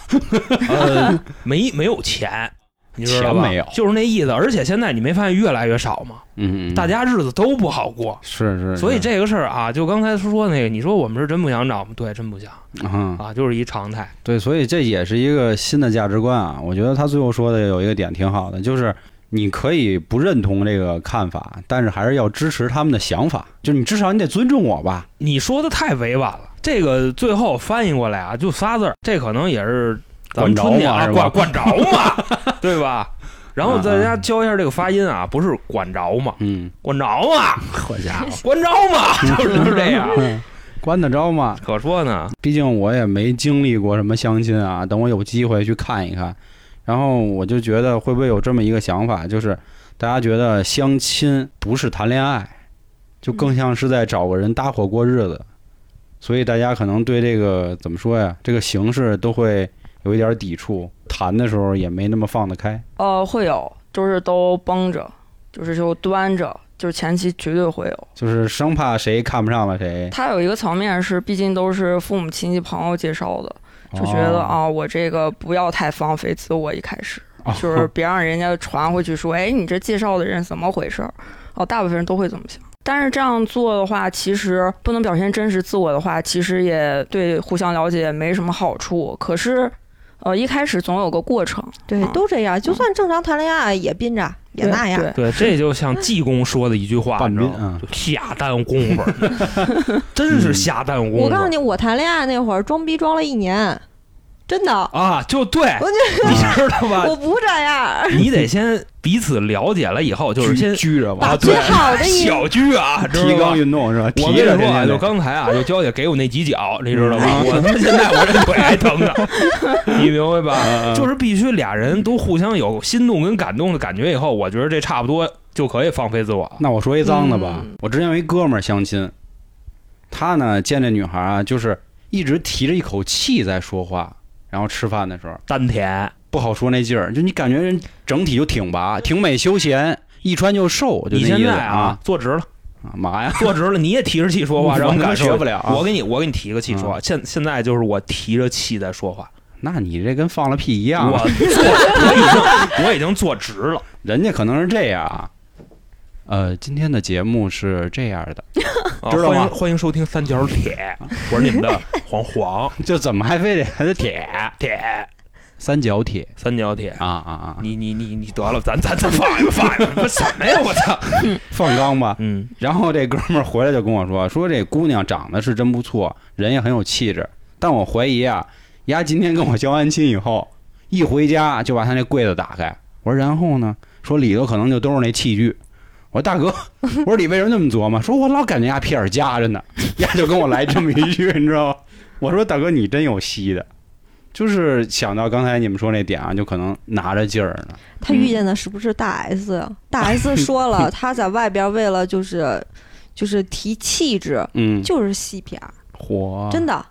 [SPEAKER 2] 呃，没没有钱，你知道吧？
[SPEAKER 1] 钱没有
[SPEAKER 2] 就是那意思。而且现在你没发现越来越少吗？
[SPEAKER 1] 嗯，嗯
[SPEAKER 2] 大家日子都不好过，
[SPEAKER 1] 是是，
[SPEAKER 2] 所以
[SPEAKER 1] 是
[SPEAKER 2] 这个事儿啊，就刚才说那个，你说我们是真不想找吗？对，真不想
[SPEAKER 1] 嗯，
[SPEAKER 2] 啊，就是一常态。
[SPEAKER 1] 对，所以这也是一个新的价值观啊。我觉得他最后说的有一个点挺好的，就是你可以不认同这个看法，但是还是要支持他们的想法，就是你至少你得尊重我吧。
[SPEAKER 2] 你说的太委婉了，这个最后翻译过来啊，就仨字儿，这可能也是咱们春天啊，
[SPEAKER 1] 管着嘛
[SPEAKER 2] 管管着嘛，
[SPEAKER 1] <laughs>
[SPEAKER 2] 对吧？然后大家教一下这个发音啊，不是管着嘛，
[SPEAKER 1] 嗯，
[SPEAKER 2] 管着嘛，
[SPEAKER 1] <laughs> 好家伙，嗯
[SPEAKER 2] 管着嘛，就是就是这
[SPEAKER 1] <laughs>
[SPEAKER 2] 样。
[SPEAKER 1] 关得着吗？
[SPEAKER 2] 可说呢，
[SPEAKER 1] 毕竟我也没经历过什么相亲啊，等我有机会去看一看。然后我就觉得会不会有这么一个想法，就是大家觉得相亲不是谈恋爱，就更像是在找个人搭伙过日子，所以大家可能对这个怎么说呀，这个形式都会有一点抵触，谈的时候也没那么放得开。
[SPEAKER 4] 呃，会有，就是都绷着，就是就端着，就是前期绝对会有。
[SPEAKER 1] 就是生怕谁看不上了谁，
[SPEAKER 4] 它有一个层面是，毕竟都是父母亲戚朋友介绍的，就觉得
[SPEAKER 1] 哦，
[SPEAKER 4] 啊、我这个不要太放飞自我，一开始
[SPEAKER 1] 哦
[SPEAKER 4] 就是别让人家传回去说，哎，你这介绍的人怎么回事儿？哦，大部分人都会这么想。但是这样做的话，其实不能表现真实自我的话，其实也对互相了解没什么好处。可是，呃，一开始总有个过程，
[SPEAKER 3] 对，
[SPEAKER 4] 啊
[SPEAKER 3] 都这样，就算正常谈恋爱也宾着，也
[SPEAKER 4] 对
[SPEAKER 3] 那样。
[SPEAKER 4] 对
[SPEAKER 2] 对，这就像济公说的一句话，
[SPEAKER 1] 半嗯
[SPEAKER 2] 你
[SPEAKER 1] 斤
[SPEAKER 2] 知道吗？就下蛋功夫儿，
[SPEAKER 1] <laughs>
[SPEAKER 2] 真是下蛋功夫儿。
[SPEAKER 3] 我告诉你，我谈恋爱那会儿装逼装了一年，真的，
[SPEAKER 2] 啊，就对，
[SPEAKER 3] 我
[SPEAKER 2] 你知道吧？
[SPEAKER 3] <laughs> 我不这样。
[SPEAKER 2] 你得先彼此了解了以后，就是
[SPEAKER 1] 拘
[SPEAKER 2] 先
[SPEAKER 1] 拘着吧
[SPEAKER 2] 啊，，
[SPEAKER 3] 最
[SPEAKER 2] 对
[SPEAKER 3] 好的一
[SPEAKER 2] 小鞠啊，知
[SPEAKER 1] 提
[SPEAKER 2] 道
[SPEAKER 1] 纲
[SPEAKER 2] 吧？
[SPEAKER 1] 运动是吧？
[SPEAKER 2] 我
[SPEAKER 1] 提
[SPEAKER 2] 跟
[SPEAKER 1] 着
[SPEAKER 2] 你说啊，
[SPEAKER 1] 人家
[SPEAKER 2] 就
[SPEAKER 1] 得
[SPEAKER 2] 刚才啊，就娇姐给我那几脚，你知道吗？
[SPEAKER 1] 嗯
[SPEAKER 2] 我他妈现在我这腿还疼呢，你明白吧？
[SPEAKER 1] 嗯
[SPEAKER 2] 就是必须俩人都互相有心动跟感动的感觉，以后我觉得这差不多就可以放飞自我了。
[SPEAKER 1] 那我说一脏的吧，
[SPEAKER 4] 嗯
[SPEAKER 1] 我之前有一哥们儿相亲，他呢见这女孩啊，就是一直提着一口气在说话，然后吃饭的时候
[SPEAKER 2] 丹田，
[SPEAKER 1] 不好说那劲儿，就你感觉人整体就挺拔，挺美休闲，一穿就瘦，就
[SPEAKER 2] 你
[SPEAKER 1] 那
[SPEAKER 2] 现
[SPEAKER 1] 意思
[SPEAKER 2] 在
[SPEAKER 1] 啊，
[SPEAKER 2] 坐直了，
[SPEAKER 1] 啊嘛呀，
[SPEAKER 2] 坐直了，你也提着气说话，
[SPEAKER 1] 我
[SPEAKER 2] 让他们
[SPEAKER 1] 感
[SPEAKER 2] 感
[SPEAKER 1] 觉
[SPEAKER 2] 受
[SPEAKER 1] 不了啊
[SPEAKER 2] 我给你，我给你提个气说话，现现在就是我提着气在说话，
[SPEAKER 1] 那你这跟放了屁一样
[SPEAKER 2] 我
[SPEAKER 1] 啊，
[SPEAKER 2] 做，我已经我已经做直了。
[SPEAKER 1] 人家可能是这样啊。呃，今天的节目是这样的，
[SPEAKER 2] 啊
[SPEAKER 1] 知道
[SPEAKER 2] 欢
[SPEAKER 1] 吗
[SPEAKER 2] 迎欢迎收听三角铁，我是你们的黄黄
[SPEAKER 1] 就怎么还非得还得铁
[SPEAKER 2] 铁
[SPEAKER 1] 三角铁
[SPEAKER 2] 三角铁。
[SPEAKER 1] 啊啊啊，
[SPEAKER 2] 你你你你得了，咱咱咱放一个放一个，不是什么呀？我操！
[SPEAKER 1] 放钢吧。
[SPEAKER 2] 嗯，
[SPEAKER 1] 然后这哥们儿回来就跟我说，说这姑娘长得是真不错，人也很有气质，但我怀疑啊，丫今天跟我交完亲以后，一回家就把他那柜子打开，我说然后呢？说里头可能就都是那器具。我说大哥， <laughs> 我说你为什么那么琢磨？说我老感觉丫屁眼夹着呢，丫就跟我来这么一句， <laughs> 你知道吗？我说大哥，你真有戏的，就是想到刚才你们说那点啊，就可能拿着劲儿呢。
[SPEAKER 3] 他遇见的是不是大 S 呀？大 S 说了，他在外边为了就是就是提气质，
[SPEAKER 1] 嗯，啊
[SPEAKER 3] 就是戏片儿，
[SPEAKER 1] 火
[SPEAKER 3] 真的，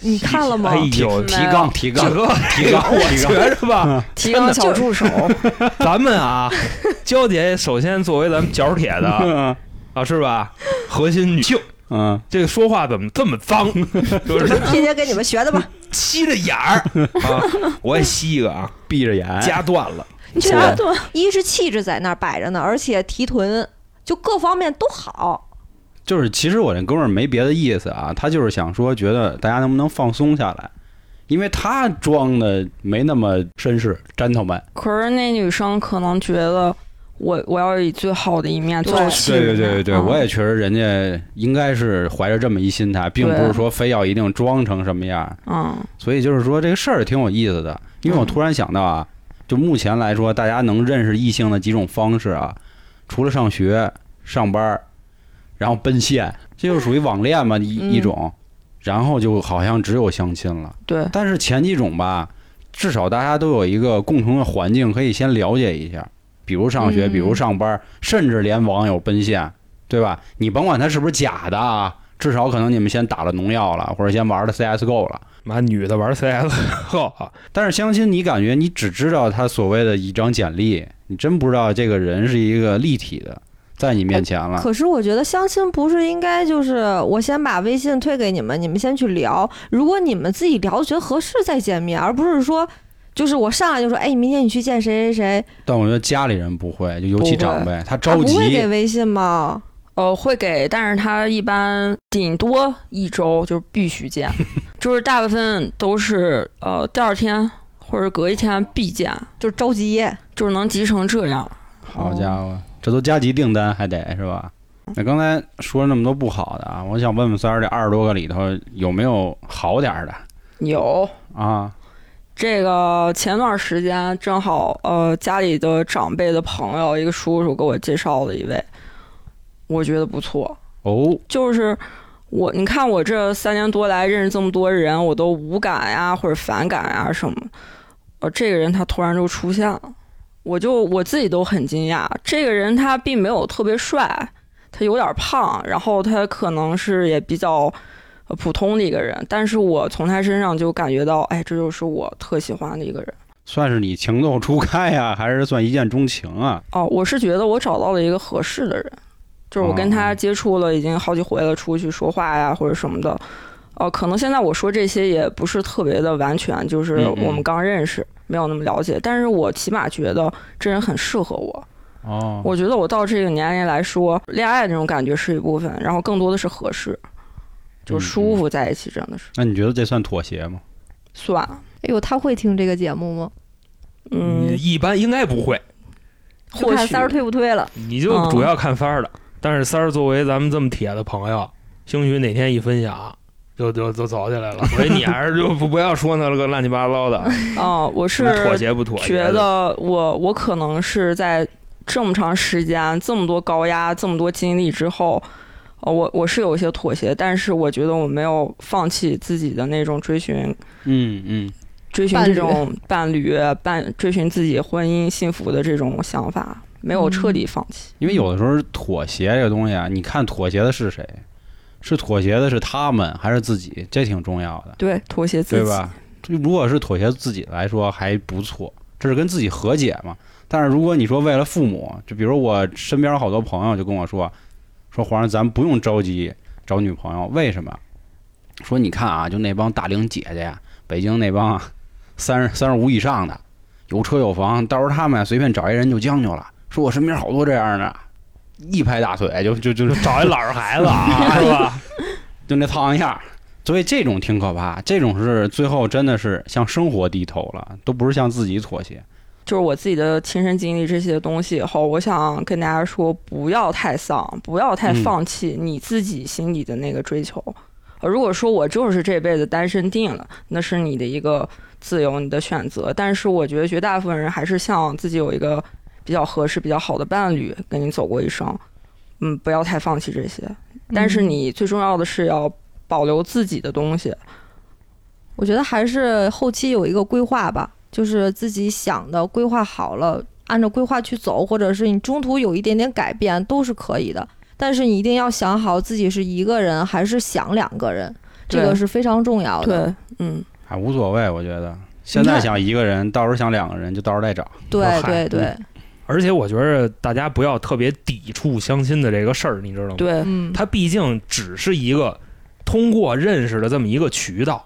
[SPEAKER 3] 你看了吗
[SPEAKER 2] 哎？呦，
[SPEAKER 1] 提纲提纲 <laughs>
[SPEAKER 2] 这个
[SPEAKER 1] 提纲
[SPEAKER 2] 我
[SPEAKER 1] 提
[SPEAKER 2] 觉
[SPEAKER 1] 纲。
[SPEAKER 2] 着吧，
[SPEAKER 4] 提纲小助
[SPEAKER 3] <laughs>
[SPEAKER 4] 手，
[SPEAKER 2] 咱们啊，娇姐首先作为咱们角铁的啊，是吧？核心女性，
[SPEAKER 1] 嗯，
[SPEAKER 2] 这个说话怎么这么脏？就是
[SPEAKER 3] 天天跟你们学的吧。
[SPEAKER 2] 吸着眼儿啊！我也吸一个啊，
[SPEAKER 1] 闭着眼，
[SPEAKER 2] 夹断了。
[SPEAKER 3] 你
[SPEAKER 4] 这
[SPEAKER 3] 想想，
[SPEAKER 4] 段
[SPEAKER 3] 一是气质在那儿摆着呢，而且提臀就各方面都好。
[SPEAKER 1] 就是其实我这哥们儿没别的意思啊，他就是想说，觉得大家能不能放松下来，因为他装的没那么绅士，gentleman。
[SPEAKER 4] 可是那女生可能觉得我我要以最好的一面，
[SPEAKER 3] 对
[SPEAKER 4] 最有气质
[SPEAKER 1] 对
[SPEAKER 4] 的
[SPEAKER 1] 对对对对，
[SPEAKER 4] 嗯
[SPEAKER 1] 我也觉得人家应该是怀着这么一心态，并不是说非要一定装成什么样。
[SPEAKER 4] 嗯
[SPEAKER 1] 所以就是说这个事儿挺有意思的，因为我突然想到啊，就目前来说，大家能认识异性的几种方式啊，除了上学、上班儿，然后奔现，这就是属于网恋嘛一
[SPEAKER 3] 嗯
[SPEAKER 1] 一种，然后就好像只有相亲了。
[SPEAKER 4] 对，
[SPEAKER 1] 但是前几种吧，至少大家都有一个共同的环境可以先了解一下，比如上学，
[SPEAKER 4] 嗯
[SPEAKER 1] 比如上班，甚至连网友奔现，对吧？你甭管他是不是假的啊，至少可能你们先打了农药了，或者先玩了 CSGO 了。
[SPEAKER 2] 妈，女的玩 CS 后啊，
[SPEAKER 1] 但是相亲，你感觉你只知道他所谓的一张简历，你真不知道这个人是一个立体的，在你面前了。
[SPEAKER 3] 可是我觉得相亲不是应该就是我先把微信推给你们，你们先去聊，如果你们自己聊觉得合适再见面，而不是说就是我上来就说，哎，明天你去见谁谁谁，
[SPEAKER 1] 但我觉得家里人不会，就尤其
[SPEAKER 4] 不会
[SPEAKER 1] 长辈，他
[SPEAKER 3] 他
[SPEAKER 1] 着
[SPEAKER 3] 不会给
[SPEAKER 1] 急。
[SPEAKER 3] 微信吗？
[SPEAKER 4] 呃，会给，但是他一般顶多一周就是必须见，就是大部分都是呃第二天或者隔一天必见，
[SPEAKER 3] 就是着急。
[SPEAKER 4] 就是能急成这样。
[SPEAKER 1] 好家伙，这都加急订单还得是吧？那刚才说了那么多不好的啊，我想问问三儿，这二十多个里头有没有好点儿的
[SPEAKER 4] 有
[SPEAKER 1] 啊？
[SPEAKER 4] 这个前段时间正好呃家里的长辈的朋友一个叔叔给我介绍了一位，我觉得不错，
[SPEAKER 1] 哦，
[SPEAKER 4] 就是。我你看我这三年多来认识这么多人，我都无感呀或者反感呀什么，呃，这个人他突然就出现了，我就我自己都很惊讶。这个人他并没有特别帅，他有点胖，然后他可能是也比较呃普通的一个人，但是我从他身上就感觉到，哎，这就是我特喜欢的一个人。
[SPEAKER 1] 算是你情窦初开呀、还是算一见钟情啊？
[SPEAKER 4] 哦，我是觉得我找到了一个合适的人，就是我跟他接触了已经好几回了，出去说话呀或者什么的。哦、可能现在我说这些也不是特别的完全，就是
[SPEAKER 1] 嗯嗯
[SPEAKER 4] 我们刚认识，没有那么了解。但是我起码觉得这人很适合我。
[SPEAKER 1] 哦，
[SPEAKER 4] 我觉得我到这个年龄来说，恋爱那种感觉是一部分，然后更多的是合适，就舒服在一起，真的是
[SPEAKER 1] 那你觉得这算妥协吗？
[SPEAKER 4] 算了。
[SPEAKER 3] 哎呦，他会听这个节目吗？
[SPEAKER 4] 嗯，
[SPEAKER 2] 一般应该不会，
[SPEAKER 3] 就
[SPEAKER 4] 或
[SPEAKER 3] 看
[SPEAKER 4] 许
[SPEAKER 3] 三儿推不推了。
[SPEAKER 2] 你就
[SPEAKER 4] 嗯
[SPEAKER 2] 主要看三儿的。但是三儿作为咱们这么铁的朋友，兴许哪天一分享，就就就走起来了。所以你还是就不不要说那个乱七八糟
[SPEAKER 4] <laughs>
[SPEAKER 2] 的，
[SPEAKER 4] 哦、我是
[SPEAKER 2] 妥协不妥协的？
[SPEAKER 4] 觉得我我可能是在这么长时间、这么多高压、这么多经历之后，呃，我我是有一些妥协，但是我觉得我没有放弃自己的那种追寻、
[SPEAKER 1] 嗯嗯，
[SPEAKER 4] 追寻
[SPEAKER 3] 伴
[SPEAKER 4] 这
[SPEAKER 3] 侣
[SPEAKER 4] 种伴侣、伴追寻自己婚姻幸福的这种想法，没有
[SPEAKER 3] 嗯
[SPEAKER 4] 彻底放弃。
[SPEAKER 1] 因为有的时候妥协这个东西啊，你看妥协的是谁，是妥协的是他们还是自己，这挺重要的，
[SPEAKER 4] 对，妥协自己，
[SPEAKER 1] 对吧？这如果是妥协自己来说还不错，这是跟自己和解嘛。但是如果你说为了父母，就比如我身边有好多朋友就跟我说，说皇上咱不用着急找女朋友，为什么？说你看啊，就那帮大龄姐姐呀，北京那帮啊三十三十五以上的，有车有房，到时候他们随便找一人就将就了。说我身边好多这样的，一拍大腿就就就就
[SPEAKER 2] 找一老实孩子啊，是吧？
[SPEAKER 1] 就那套样样儿。所以这种挺可怕，这种是最后真的是向生活低头了，都不是向自己妥协。
[SPEAKER 4] 就是我自己的亲身经历这些东西以后，我想跟大家说，不要太丧，不要太
[SPEAKER 1] 嗯
[SPEAKER 4] 放弃你自己心里的那个追求。呃如果说我就是这辈子单身定了，那是你的一个自由，你的选择。但是我觉得绝大部分人还是希望自己有一个比较合适、比较好的伴侣跟你走过一生。嗯，不要太放弃这些，但是你最重要的是要保留自己的东西。
[SPEAKER 3] 我觉得还是后期有一个规划吧，就是自己想的规划好了，按照规划去走，或者是你中途有一点点改变都是可以的。但是你一定要想好自己是一个人还是想两个人，这
[SPEAKER 4] 对
[SPEAKER 3] 个是非常重要的。
[SPEAKER 4] 对，嗯，
[SPEAKER 1] 哎，无所谓，我觉得现在想一个人，到时候想两个人，就到时候再找。
[SPEAKER 3] 对
[SPEAKER 2] 嗨
[SPEAKER 3] 对对，
[SPEAKER 2] 而且我觉着大家不要特别抵触相亲的这个事儿，你知道吗？
[SPEAKER 4] 对，
[SPEAKER 3] 嗯，
[SPEAKER 2] 它毕竟只是一个通过认识的这么一个渠道，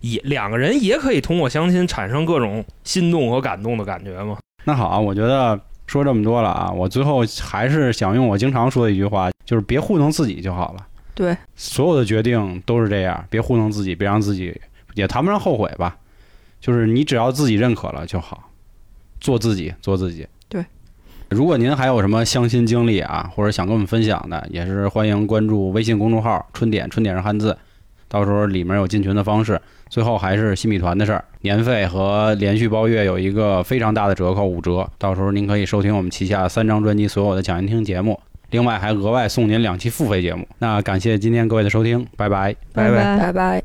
[SPEAKER 2] 也两个人也可以通过相亲产生各种心动和感动的感觉嘛。
[SPEAKER 1] 那好啊，我觉得说这么多了啊，我最后还是想用我经常说的一句话，就是别糊弄自己就好了。
[SPEAKER 4] 对，
[SPEAKER 1] 所有的决定都是这样，别糊弄自己，别让自己也谈不上后悔吧。就是你只要自己认可了就好，做自己，做自己。
[SPEAKER 4] 对。
[SPEAKER 1] 如果您还有什么相亲经历啊，或者想跟我们分享的，也是欢迎关注微信公众号“春点”，春点是汉字，到时候里面有进群的方式。最后还是新米团的事儿，年费和连续包月有一个非常大的折扣，五折。到时候您可以收听我们旗下三张专辑所有的抢先听节目，另外还额外送您两期付费节目。那感谢今天各位的收听，拜拜。
[SPEAKER 2] 拜拜
[SPEAKER 4] 拜拜。